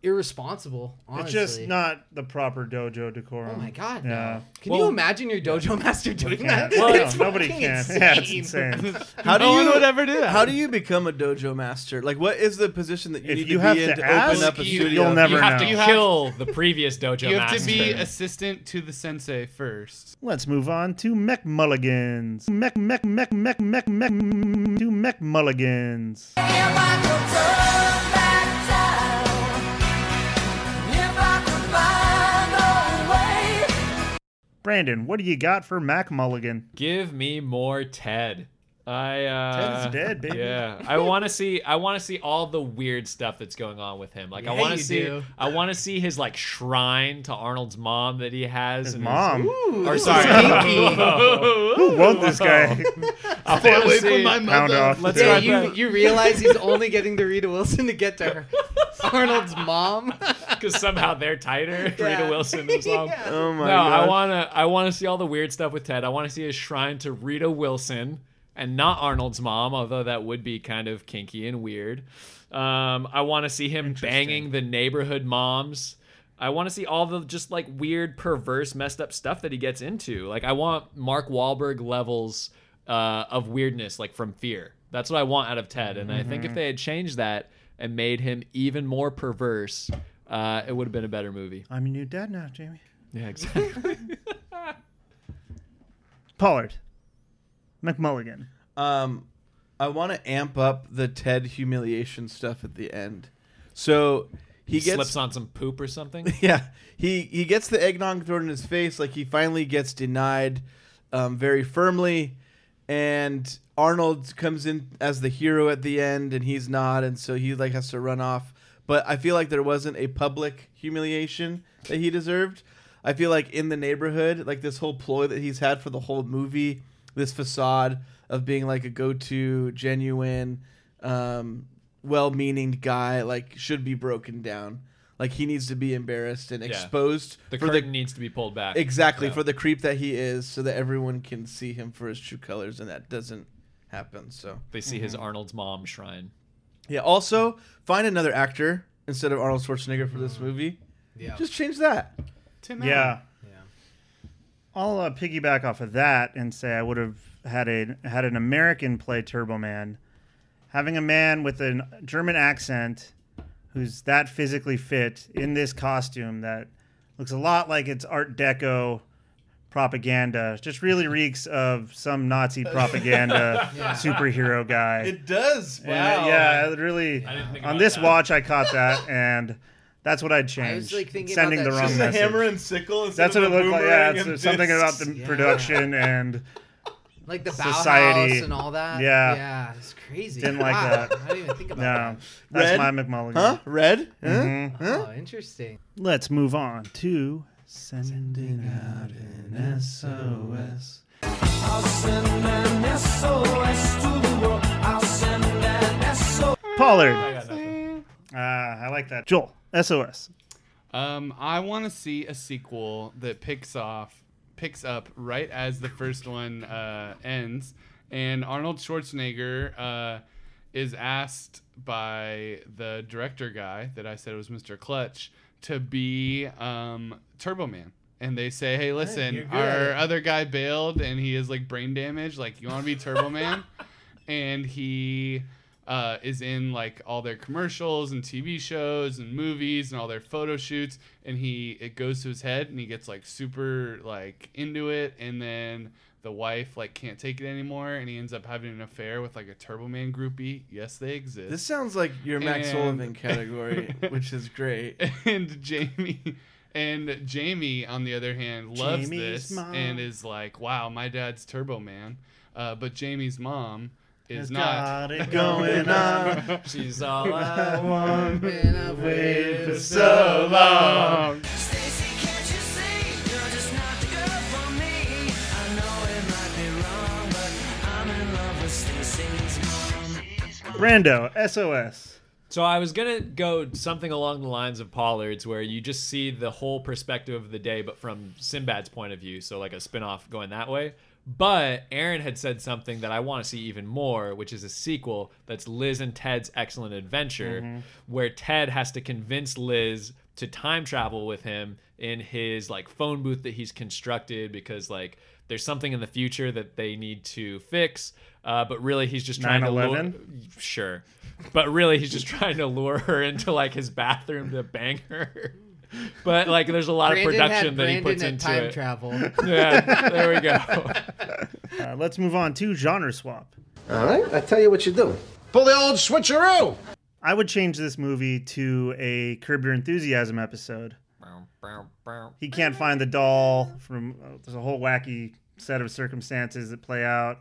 H: irresponsible, honestly.
A: It's just not the proper dojo decorum.
H: Oh my God, no.
A: Yeah.
H: Can you imagine your dojo master doing
A: can't.
H: that?
A: Well,
H: It's
A: no, nobody
H: fucking
A: can. *laughs* Yeah, it's
J: *laughs*
A: insane.
L: How do
A: No
L: you
A: one Oh, would
L: ever do that? How do you become a dojo master? Like, what is the position that you
A: If
L: need
A: you
L: to
A: have
L: be
A: to
L: in to
A: ask,
L: open up a
A: you-
L: studio?
A: you'll never
J: you have
A: know.
J: to
A: You
M: have-
J: kill the previous dojo
M: you have
J: master.
M: to be assistant to the sensei first.
A: Let's move on to Mech Mulligans. Mech, Mech, Mech, Mech, Mech, Mech, to Mech Mulligans. Brandon, what do you got for Mac Mulligan?
J: Give me more Ted. I uh,
A: Ted's dead, baby.
J: Yeah, I want to see. I want to see all the weird stuff that's going on with him. Like I
A: Yeah,
J: want
A: you
J: to see.
A: do.
J: I want to see his like shrine to Arnold's mom that he has. His
A: mom? Ooh. *laughs*
J: or sorry. *laughs*
A: Stinky. Who wrote this guy?
J: I
A: Stay
J: wanna
A: away from
J: see-
A: my *laughs*
J: *laughs*
A: Pound mother. off.
J: Let's
A: Yeah,
J: try
H: You,
J: that.
H: you realize he's only getting the Rita Wilson to get to
J: *laughs*
H: her. Arnold's mom.
J: because somehow they're tighter.
H: Yeah.
J: Rita Wilson is
A: *laughs*
J: long.
A: Um,
L: Oh my
J: no,
L: God.
J: I wanna I wanna see all the weird stuff with Ted. I wanna see his shrine to Rita Wilson and not Arnold's mom, although that would be kind of kinky and weird. Um, I wanna see him banging the neighborhood moms. I want to see all the just like weird, perverse, messed up stuff that he gets into. Like I want Mark Wahlberg levels uh, of weirdness, like from Fear. That's what I want out of Ted. And I think
A: Mhm.
J: if they had changed that and made him even more perverse, uh, it would have been a better movie.
A: I'm your new dad now, Jamie.
J: Yeah, exactly.
A: Pollard. McMulligan.
L: Um, I want to amp up the Ted humiliation stuff at the end. So he gets
J: slips on some poop or
L: *laughs*
J: something.
L: yeah, he he gets the eggnog thrown in his face. Like he finally gets denied, um, very firmly, and Arnold comes in as the hero at the end, and he's not, and so he like has to run off. But I feel like there wasn't a public humiliation that he deserved. I feel like in the neighborhood, like this whole ploy that he's had for the whole movie, this facade of being like a go-to, genuine, um, well-meaning guy, like should be broken down. Like he needs to be embarrassed and
J: Yeah.
L: exposed.
J: The
L: for
J: curtain needs to be pulled back.
L: Exactly
J: Yeah.
L: for the creep that he is, so that everyone can see him for his true colors, and that doesn't happen. So
J: They see his
L: Mhm.
J: Arnold's mom shrine.
L: Yeah. Also, find another actor instead of Arnold Schwarzenegger for this movie.
A: Mm. Yeah.
L: Just change that.
A: Yeah. yeah. I'll uh, piggyback off of that and say I would have had a had an American play Turbo Man. Having a man with a German accent who's that physically fit in this costume that looks a lot like it's Art Deco propaganda just really reeks of some Nazi propaganda
L: Yeah.
A: superhero guy.
L: It does.
A: And it-
L: Wow.
A: yeah, it really.
L: I didn't think
A: on
L: about
A: this
L: that.
A: watch, I caught that, and that's what I'd change.
L: I was, like, thinking
A: sending
L: about
A: the
L: that
A: wrong
L: just a
A: message.
L: hammer and sickle instead
A: That's
L: of
A: what
L: a
A: it looked like. Yeah,
L: boomerang
A: it's
L: and
A: something about the
L: discs. Yeah.
A: production and
H: Like the Bauhaus
A: society
H: and all that.
A: Yeah,
H: Yeah, it's crazy.
A: Didn't like
H: Wow,
A: that.
H: I didn't even think about
A: no.
H: that.
A: That's
L: Red?
A: my McMulligan.
L: Huh? Red? Huh?
A: Mhm.
H: Oh, interesting.
A: Let's move on to sending
L: out an SOS.
K: I'll send an SOS to the world. I'll send an SOS.
A: Pollard.
M: I got nothing.
A: Ah, I like that. Joel, SOS.
M: Um, I want to see a sequel that picks off, picks up right as the first one uh, ends, and Arnold Schwarzenegger uh, is asked by the director guy that I said was Mr. Clutch to be um, Turbo Man. And they say, "Hey, listen,
V: you're good at
M: our
V: it."
M: other guy bailed, and he is like brain damaged. Like, you want to be
V: *laughs*
M: Turbo Man?" *laughs* and he uh, is in like all their commercials and TV shows and movies and all their photo shoots. And he it goes to his head and he gets like super like into it. And then the wife like can't take it anymore, and he ends up having an affair with like a Turbo Man groupie. Yes, they exist.
L: This sounds like your Max Sullivan category, which
J: *laughs*
L: is great.
M: *laughs* And Jamie. And Jamie, on the other hand, loves
A: Jamie's
M: this
A: mom.
M: and is like, "Wow, my dad's Turbo Man," uh, but Jamie's mom is
A: Has
M: not
A: got it going on.
J: She's all I
A: want.
M: Been
A: I've
M: away
A: waited for so
M: Um,
A: long.
K: Stacy, can't you see? You're just not the girl for me. I know it might be wrong, but I'm in love with Stacy's mom.
A: Brando, SOS.
J: So I was gonna go something along the lines of Pollard's, where you just see the whole perspective of the day, but from Sinbad's point of view. So like a spin-off going that way. But Aaron had said something that I want to see even more, which is a sequel that's Liz and Ted's Excellent Adventure,
A: Mhm.
J: where Ted has to convince Liz to time travel with him in his like phone booth that he's constructed because like there's something in the future that they need to fix. Uh, but really, he's just trying to
A: 9/11?
J: lure, sure but really he's just trying to lure her into like his bathroom to bang her but like there's a lot
H: Brandon
J: of
H: had
J: production that he
H: Brandon
J: puts
H: at
J: into
H: time
J: it
H: travel.
J: *laughs* yeah there we
H: *laughs*
J: go
A: Uh, let's move on to genre swap.
G: All right, I tell you what you do. Pull the old switcheroo.
A: I would change this movie to a Curb Your Enthusiasm episode. He can't find the doll from uh, there's a whole wacky set of circumstances that play out.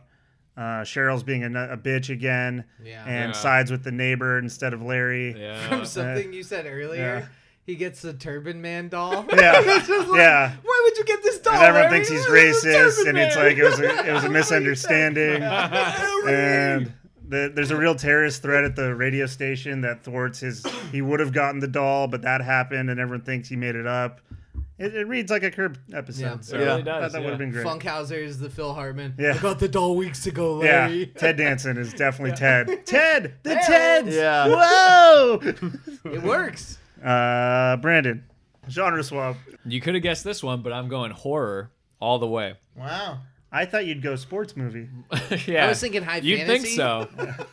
A: Uh, Cheryl's being a, nu- a bitch again,
H: Yeah.
A: and
H: Yeah.
A: sides with the neighbor instead of Larry.
J: Yeah.
H: From something you said earlier,
A: yeah.
H: he gets the Turban Man doll.
A: *laughs* Yeah.
H: *laughs* It's just like,
A: Yeah.
H: Why would you get this doll?
A: And everyone
H: Larry?
A: thinks he's
H: This is a
A: racist,
H: Turban
A: and it's
H: Man."
A: like it was
H: *laughs*
A: a, it was a misunderstanding. and the, there's a real terrorist threat at the radio station that thwarts his. He would have gotten the doll, but that happened, and everyone thinks he made it up. It, it reads like a Curb episode.
H: Yeah.
A: so I thought that would have been great.
H: Funkhauser's the Phil Hartman.
A: Yeah.
H: I got the doll weeks ago,
A: Yeah,
J: *laughs*
H: Larry.
L: *laughs*
A: Ted Danson is definitely Ted. Ted, the
H: Ted.
A: Teds.
H: Yeah.
A: Whoa.
H: It works.
A: Uh, Brandon, genre swap.
J: you could have guessed this one but i'm going horror all the way
L: Wow.
A: I thought you'd go sports movie.
H: Yeah. I was thinking high You'd think fantasy. *laughs* so.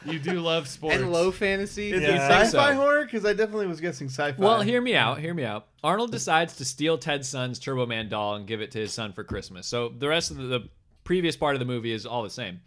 M: you do love sports
H: And low fantasy.
L: Is
J: Yeah.
L: it
J: Think
L: sci-fi
J: so.
L: horror? Because I definitely was guessing sci-fi.
J: Well, hear me out. Hear me out. Arnold decides to steal Ted's son's Turbo Man doll and give it to his son for Christmas. So the rest of the, the previous part of the movie is all the same.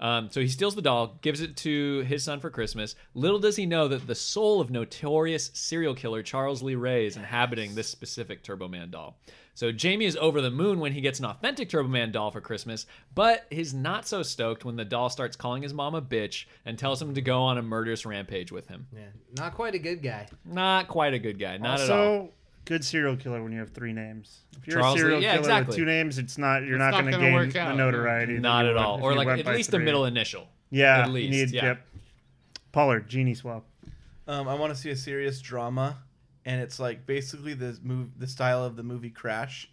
J: Um, so he steals the doll, gives it to his son for Christmas. Little does he know that the soul of notorious serial killer Charles Lee Ray is inhabiting this specific Turbo Man doll. So Jamie is over the moon when he gets an authentic Turbo Man doll for Christmas, but he's not so stoked when the doll starts calling his mom a bitch and tells him to go on a murderous rampage with him.
H: Yeah. Not quite a good guy.
J: Not quite a good guy. Not
A: also,
J: at all.
A: good serial killer when you have three names. If you're
J: Charles
A: a serial
J: Lee- yeah,
A: killer
J: exactly.
A: with two names, it's not you're
J: It's
A: not,
J: not
A: going to
J: gonna
A: gain
J: work
A: the
J: out.
A: notoriety. that
J: Not
A: you
J: at
A: would
J: all.
A: if
J: Or,
A: you
J: like,
A: went
J: at
A: by
J: least a
A: three.
J: middle initial.
A: Yeah,
J: At
A: you
J: least,
A: need-
J: yeah.
A: Yep. Pollard, genie swap.
L: Um, I want to see a serious drama, and it's like basically the move, the style of the movie Crash,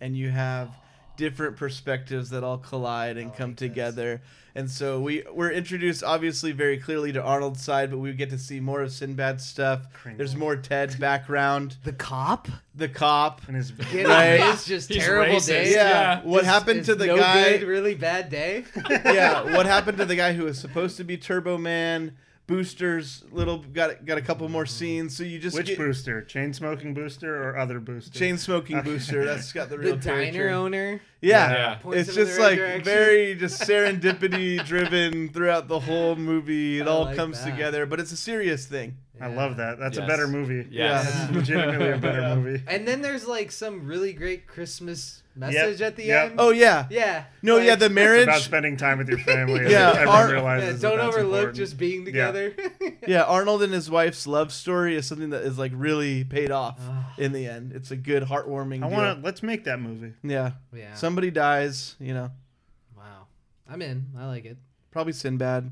L: and you have different perspectives that all collide and come together. And so we we're introduced obviously very clearly to Arnold's side, but we get to see more of Sinbad's stuff. There's more Ted's background.
H: The cop.
L: The cop.
A: And his
H: It's just terrible days.
L: Yeah. What
H: Is-
L: happened
H: is
L: to the
H: no
L: guy?
H: Good, really
L: *laughs*
H: bad day.
L: yeah, what happened to the guy who was supposed to be Turbo Man? Boosters, little got got a couple more scenes. So you just
A: Which
L: get,
A: booster? Chain smoking booster or other booster?
L: chain smoking
A: Okay.
L: booster. That's got the
H: The
L: real
H: diner
L: character.
H: owner.
L: Yeah,
A: Yeah. Points
L: it's
A: him in
L: just
A: the right
L: like
A: direction. *laughs*
L: very just serendipity driven throughout the whole movie. It all comes together, but it's a serious thing.
A: I love that. That's a Yes. better movie.
L: Yeah,
A: Yes. That's legitimately a better movie.
H: And then there's like some really great Christmas
L: Yep,
H: message at the
L: yep.
H: end.
L: Oh, yeah.
H: Yeah.
L: No, yeah, the
A: It's
H: *laughs*
L: marriage-
A: about spending time with your family.
L: Yeah,
A: yeah, everyone
L: our-
A: realizes.
H: Yeah,
A: that
H: don't
A: that's
H: overlook
A: important.
H: just being
A: Yeah.
L: *laughs*
H: together.
L: yeah, Arnold and his wife's love story is something that is like really paid off in the end. It's a good, heartwarming.
A: I
L: deal.
A: want to. Let's make that movie.
L: Yeah.
H: Yeah.
L: Somebody dies, you know.
H: Wow. I'm in. I like it.
L: Probably Sinbad.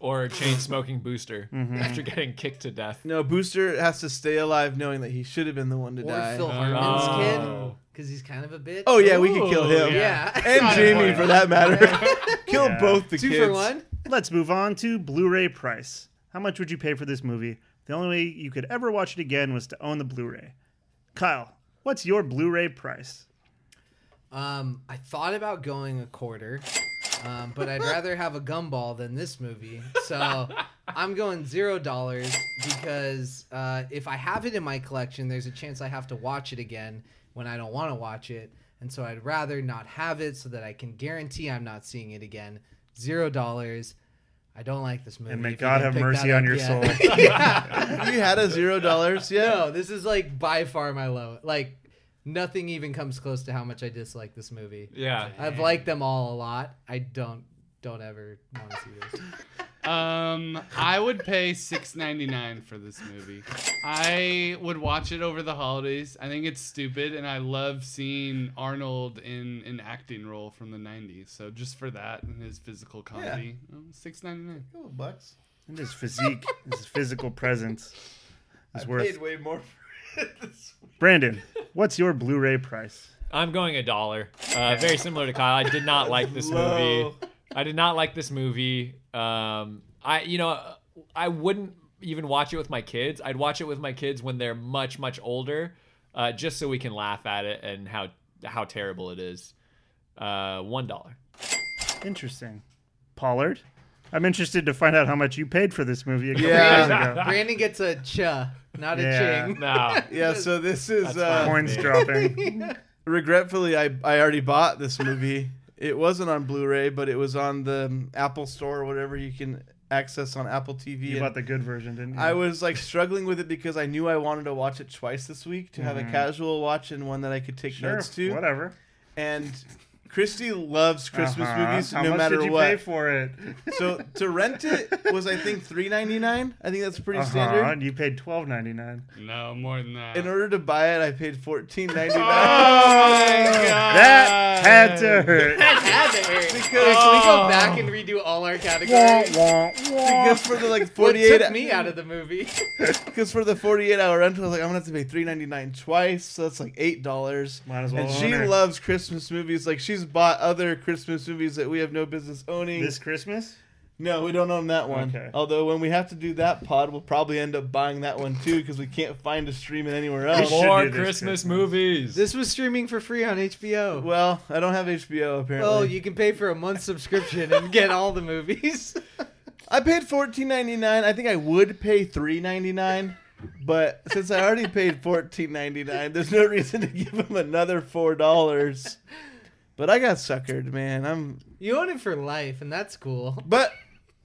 J: Or
A: *laughs*
J: a chain smoking booster
A: Mm-hmm.
L: Mhm.
J: after getting kicked to death.
L: No, Booster has to stay alive knowing that he should have been the one to
H: Or
L: die.
H: Phil Hartman's kid, because he's kind of a bitch.
L: Oh, yeah, we could kill him.
H: Yeah.
L: And Jamie, for that matter. *laughs* kill
A: Yeah.
L: both the kids.
A: Let's move on to Blu-ray price. How much would you pay for this movie? The only way you could ever watch it again was to own the Blu-ray. Kyle, what's your Blu-ray price?
H: Um, I thought about going a quarter, um, but I'd rather have a gumball than this movie. So I'm going zero dollars because uh, if I have it in my collection, there's a chance I have to watch it again when I don't want to watch it. And so I'd rather not have it so that I can guarantee I'm not seeing it again. Zero dollars. I don't like this movie.
A: And may
H: if you
A: God
H: didn't
A: have
H: pick
A: mercy
H: that
A: on
H: up
A: your
H: yet.
A: soul. *laughs*
H: Yeah.
L: *laughs* You had a zero dollars, yeah.
H: *laughs* No, this is like by far my low. Like nothing even comes close to how much I dislike this movie.
J: Yeah.
H: I've liked them all a lot. I don't don't ever want to see *laughs* this.
M: Um, I would pay six ninety nine for this movie. I would watch it over the holidays. I think it's stupid, and I love seeing Arnold in an acting role from the '90s. So just for that and his physical comedy, oh, six ninety nine.
L: Cool bucks.
A: And his physique, his physical presence, is worth.
L: Paid way more for *laughs* it this
A: Brandon, what's your Blu-ray price?
J: I'm going a dollar. Uh, very similar to Kyle. I
A: *laughs*
J: did not like this
A: low.
J: movie. I did not like this movie. Um, I, you know, I wouldn't even watch it with my kids. I'd watch it with my kids when they're much, much older, uh, just so we can laugh at it and how how terrible it is. Uh,
A: *laughs*
J: One dollar.
A: Interesting. Pollard, I'm interested to find out how much you paid for this movie a couple years
L: *laughs*
A: ago.
H: Brandon gets a cha, not
A: Yeah.
H: a ching.
J: No.
L: yeah, so this is
A: That's
L: uh,
A: fine. Coins
L: *laughs*
A: dropping.
L: Regretfully, I I already bought this movie. It wasn't on Blu-ray, but it was on the um, Apple Store or whatever you can access on Apple TV.
A: You
L: and
A: bought the good version, didn't you?
L: I was like struggling with it because I knew I wanted to watch it twice this week to have a
A: Mhm.
L: casual watch and one that I could take
A: Sure,
L: notes to.
A: whatever.
L: And Christy loves Christmas
A: Uh-huh.
L: movies
A: How
L: no
A: much
L: matter
A: did you
L: what.
A: pay for it?
L: So to rent it was I think three ninety nine. I think that's
A: *laughs*
L: pretty
A: Uh-huh,
L: standard.
A: and You paid twelve ninety nine.
M: No, more than that.
L: In order to buy it, I paid fourteen ninety nine.
A: Oh. That had
L: *laughs*
A: to hurt.
H: That had to hurt.
L: Because-
H: Okay, can we go back and redo all our categories?
L: Wah, wah, wah. Because for the, like, 48
H: What took me out of the movie? *laughs*
L: Because for the forty-eight hour rental, I was like, I'm gonna have to pay three ninety-nine twice, so that's like eight dollars.
A: Might as well
L: And
A: own
L: she
A: her.
L: loves Christmas movies. Like she's bought other Christmas movies that we have no business owning.
A: This Christmas?
L: No, we don't own that one. Although when we have to do that pod, we'll probably end up buying that one too because we can't find a streaming anywhere else.
J: More Christmas movies.
H: This was streaming for free on HBO.
L: Well, I don't have HBO apparently.
H: Well, you can pay for a month subscription and get all the movies. *laughs*
L: I paid fourteen ninety nine. I think I would pay three ninety nine, but since I already paid fourteen ninety nine, there's no reason to give him another four dollars. But I got suckered, man. I'm
H: You own it for life, and that's cool.
L: But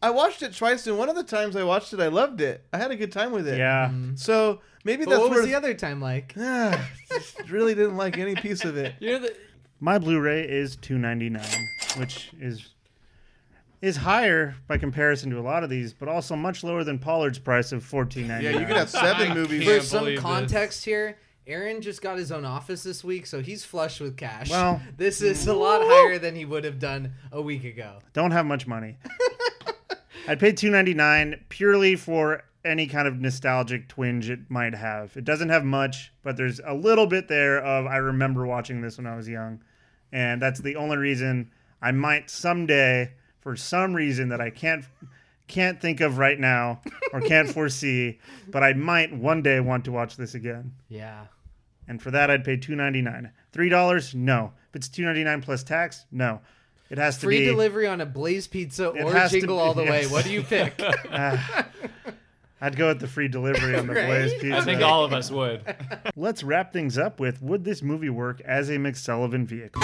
L: I watched it twice, and one of the times I watched it, I loved it. I had a good time with it.
A: Yeah.
L: So maybe
H: But
L: that's
H: what was
L: worth-
H: the other time like?
L: Ah, just *laughs* really didn't like any piece of it.
J: You're the
A: My Blu-ray is two ninety nine, which is is higher by comparison to a lot of these, but also much lower than Pollard's price of fourteen ninety nine.
H: For some context here, Aaron just got his own office this week, so he's flush with cash.
A: Well-
H: *laughs* this is a lot higher than he would have done a week ago.
A: Don't have much
H: *laughs*
A: money. I'd pay two ninety nine purely for any kind of nostalgic twinge it might have. It doesn't have much, but there's a little bit there of I remember watching this when I was young, and that's the only reason I might someday, for some reason that I can't can't think of right now or
H: *laughs*
A: can't foresee, but I might one day want to watch this again.
H: Yeah.
A: And for that, I'd pay two ninety nine. Three dollars? No. If it's two ninety nine plus tax, no. It has to
H: Free
A: be
H: delivery on a Blaze Pizza
A: It
H: or
A: has to
H: Jingle
A: be-
H: All the
A: yes.
H: Way. What do
A: *laughs*
H: you pick?
A: Ah, I'd go with the free delivery on the
H: Right?
A: Blaze Pizza.
J: I think all of
A: *laughs*
J: us would.
A: Let's wrap things up with Would this movie work as a McSullivan vehicle?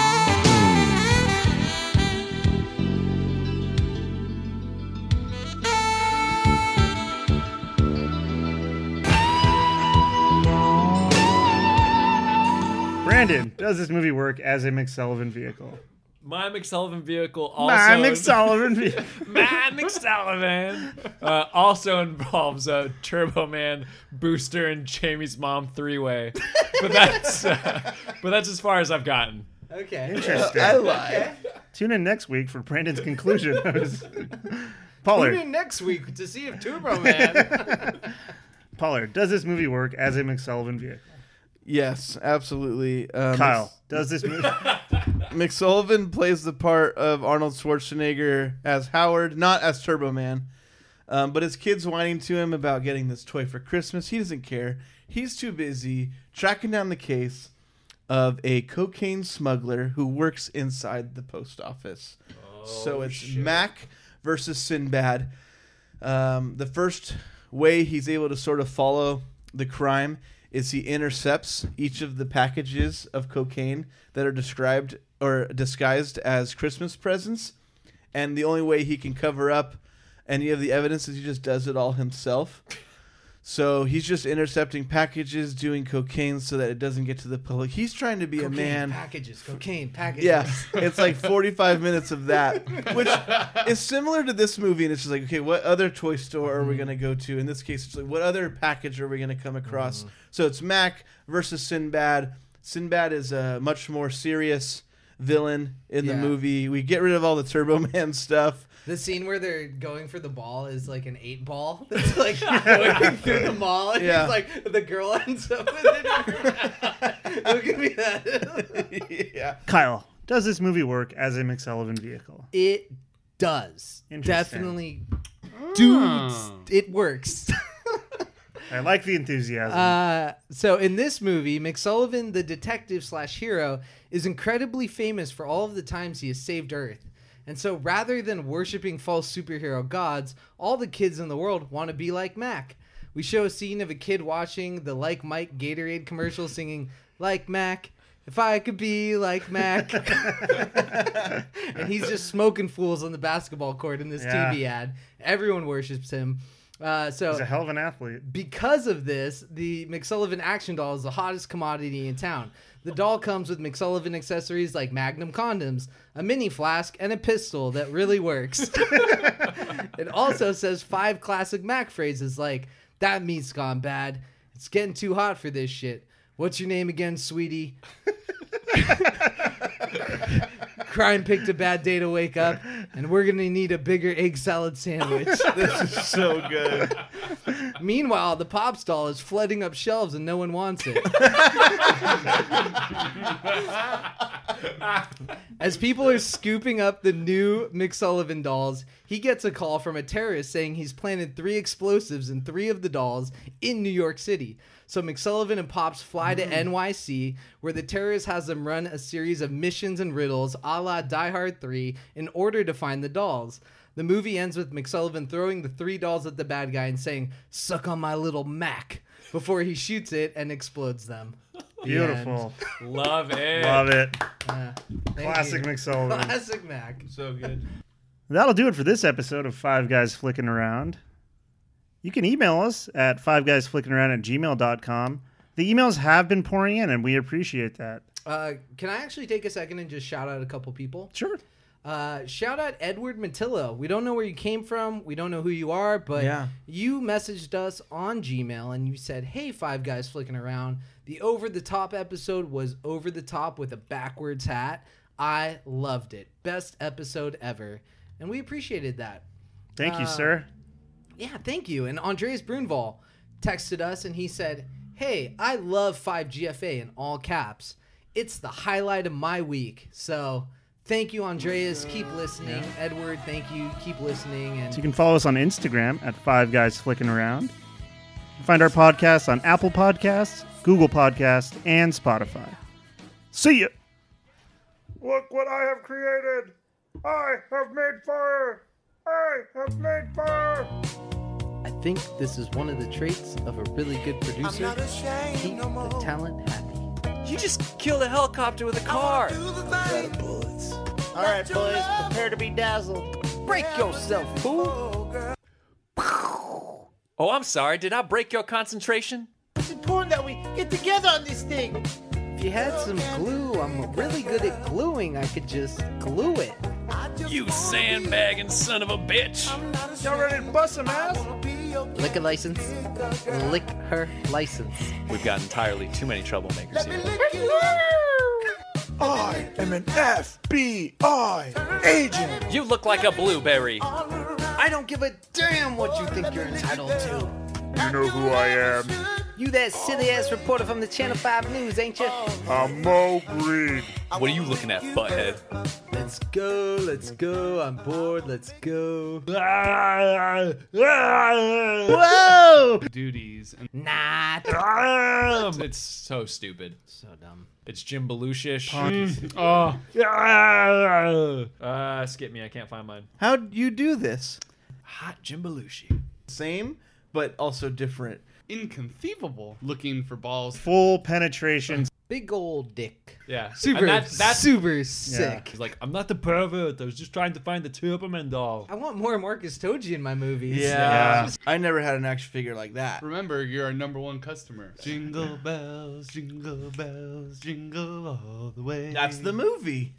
A: Brandon, does this movie work as a McSullivan vehicle?
J: My McSullivan vehicle also.
A: My
J: *laughs*
A: McSullivan vehicle.
J: My McSullivan uh, also involves a Turbo Man, Booster, and Jamie's mom three-way, but that's uh, but that's as far as I've gotten.
H: Okay.
A: Interesting.
L: I lied.
A: Tune in next week for Brandon's conclusion.
J: *laughs*
A: Pollard.
H: Tune in next week to see if Turbo Man.
A: *laughs* Pollard, does this movie work as a McSullivan vehicle?
L: Yes, absolutely. Um,
A: Kyle, does this
H: *laughs*
A: movie?
L: McSullivan plays the part of Arnold Schwarzenegger as Howard, not as Turbo Man. Um, but his kid's whining to him about getting this toy for Christmas. He doesn't care. He's too busy tracking down the case of a cocaine smuggler who works inside the post office. so it's Mac versus Sinbad. Um, the first way he's able to sort of follow the crime is he intercepts each of the packages of cocaine that are described or disguised as Christmas presents. And the only way he can cover up any of the evidence is he just does it all himself. So he's just intercepting packages, doing cocaine so that it doesn't get to the public. He's trying to be a
H: *laughs* cocaine
L: man.
H: packages, cocaine
K: *laughs*
H: packages.
L: Yeah, it's like 45 minutes of that, which is similar to this movie. And it's just like, okay, what other toy store are we
K: Mm-hmm.
L: going to go to? In this case, it's like, what other package are we going to come across?
K: Mm-hmm.
L: So it's Mac versus Sinbad. Sinbad is a much more serious villain in the
H: Yeah.
L: movie. We get rid of all the Turbo *laughs* Man stuff.
H: The scene where they're going for the ball is like an eight ball *laughs* that's
A: *laughs*
H: like going through the mall, and
L: Yeah.
H: it's like the girl ends up with *laughs* it. Look at me *laughs* that.
L: yeah.
A: Kyle, does this movie work as a McSullivan vehicle?
H: It does.
A: Interesting.
H: Definitely. Dudes,
M: Uh-uh.
H: it works. *laughs*
A: I like the enthusiasm.
H: Uh, so in this movie, McSullivan, the detective slash hero, is incredibly famous for all of the times he has saved Earth. And so rather than worshiping false superhero gods, all the kids in the world want to be like Mac. We show a scene of a kid watching the Like Mike Gatorade commercial singing, Like Mac, if I could be like
A: *laughs*
H: Mac. and he's just smoking fools on the basketball court in this
A: Yeah.
H: TV ad. Everyone worships him. Uh, so
A: He's a hell of an athlete.
H: because of this, the McSullivan action doll is the hottest commodity in town. The doll comes with McSullivan accessories like magnum condoms, a mini flask, and a pistol that really works. it also says five classic Mac phrases like, That meat's gone bad. It's getting too hot for this shit. What's your name again, sweetie? Crime picked a bad day to wake up, and we're gonna need a bigger egg salad sandwich.
L: this is so good.
H: Meanwhile, the pop stall is flooding up shelves and no one wants it. As people are scooping up the new Mick Sullivan dolls, he gets a call from a terrorist saying he's planted three explosives in three of the dolls in New York City. So McSullivan and Pops fly to NYC, where the terrorist has them run a series of missions and riddles a la Die Hard 3 in order to find the dolls. The movie ends with McSullivan throwing the three dolls at the bad guy and saying, Suck on my little Mac, before he shoots it and explodes them. The
A: Beautiful.
H: end.
J: Love it.
A: Love it.
H: Uh, thank
A: Classic
H: you.
A: McSullivan.
H: *laughs* Classic Mac.
L: So good.
A: That'll do it for this episode of Five Guys Flicking Around. You can email us at fiveguysflickingaround at gmail.com. The emails have been pouring in, and we appreciate that.
H: Uh, can I actually take a second and just shout out a couple people?
A: Sure.
H: Uh, shout out Edward Matillo. We don't know where you came from. We don't know who you are, but
L: Yeah.
H: you messaged us on Gmail and you said, "Hey, five guys flicking around. The over the top episode was over the top with a backwards hat. I loved it. Best episode ever." And we appreciated that.
A: Thank
H: Uh,
A: you, sir.
H: Yeah, thank you. And Andreas Brunval texted us and he said, Hey, I love 5GFA in all caps. It's the highlight of my week. So thank you, Andreas. Keep listening. Edward, thank you. Keep listening. And
A: So you can follow us on Instagram at Five Guys Flicking Around. You can Find our podcast on Apple Podcasts, Google Podcasts, and Spotify. See ya.
F: Look what I have created! I have made fire! I have made fire!
H: I think this is one of the traits of a really good producer.
K: not ashamed
H: Keep
K: no more.
H: the talent happy.
K: You just killed a helicopter with a car. bullets. All right, boys, prepare to be dazzled. Break yourself, fool.
J: Oh, I'm sorry. Did I break your concentration?
K: It's important that we get together on this thing.
H: If you had some glue, I'm really good at gluing. I could just glue it.
J: You sandbagging son of a bitch.
K: Y'all ready to bust some ass?
H: Lick a license. Lick her license.
J: We've got entirely too many troublemakers.
K: Let me lick you.
F: I am an FBI agent!
J: You look like a blueberry.
H: I don't give a damn what you think you're entitled to.
F: You know who I am.
H: You that silly ass reporter from the Channel 5 News, ain't you?
F: I'm Mo Green.
J: What are you looking at, butthead?
H: Let's go, let's go. I'm bored, let's go.
M: Whoa! Duties and
H: nah.
J: Um, It's so stupid.
H: So dumb.
J: It's Jim Belushish.
M: Mm,
J: oh. *laughs* Uh, skip me. I can't find mine.
L: How'd you do this?
J: Hot Jim Belushi.
L: Same, but also different.
M: Inconceivable. Looking for balls.
A: Full penetration.
H: Big old dick.
J: Yeah.
H: Super,
J: And that- that's-
H: super sick.
J: He's like, I'm not the pervert. I was just trying to find the Turboman doll.
H: I want more Marcus Toji in my movies.
L: I never had an action figure like that.
M: Remember, you're our number one customer. Jingle bells, jingle bells, jingle all the way.
L: That's the movie.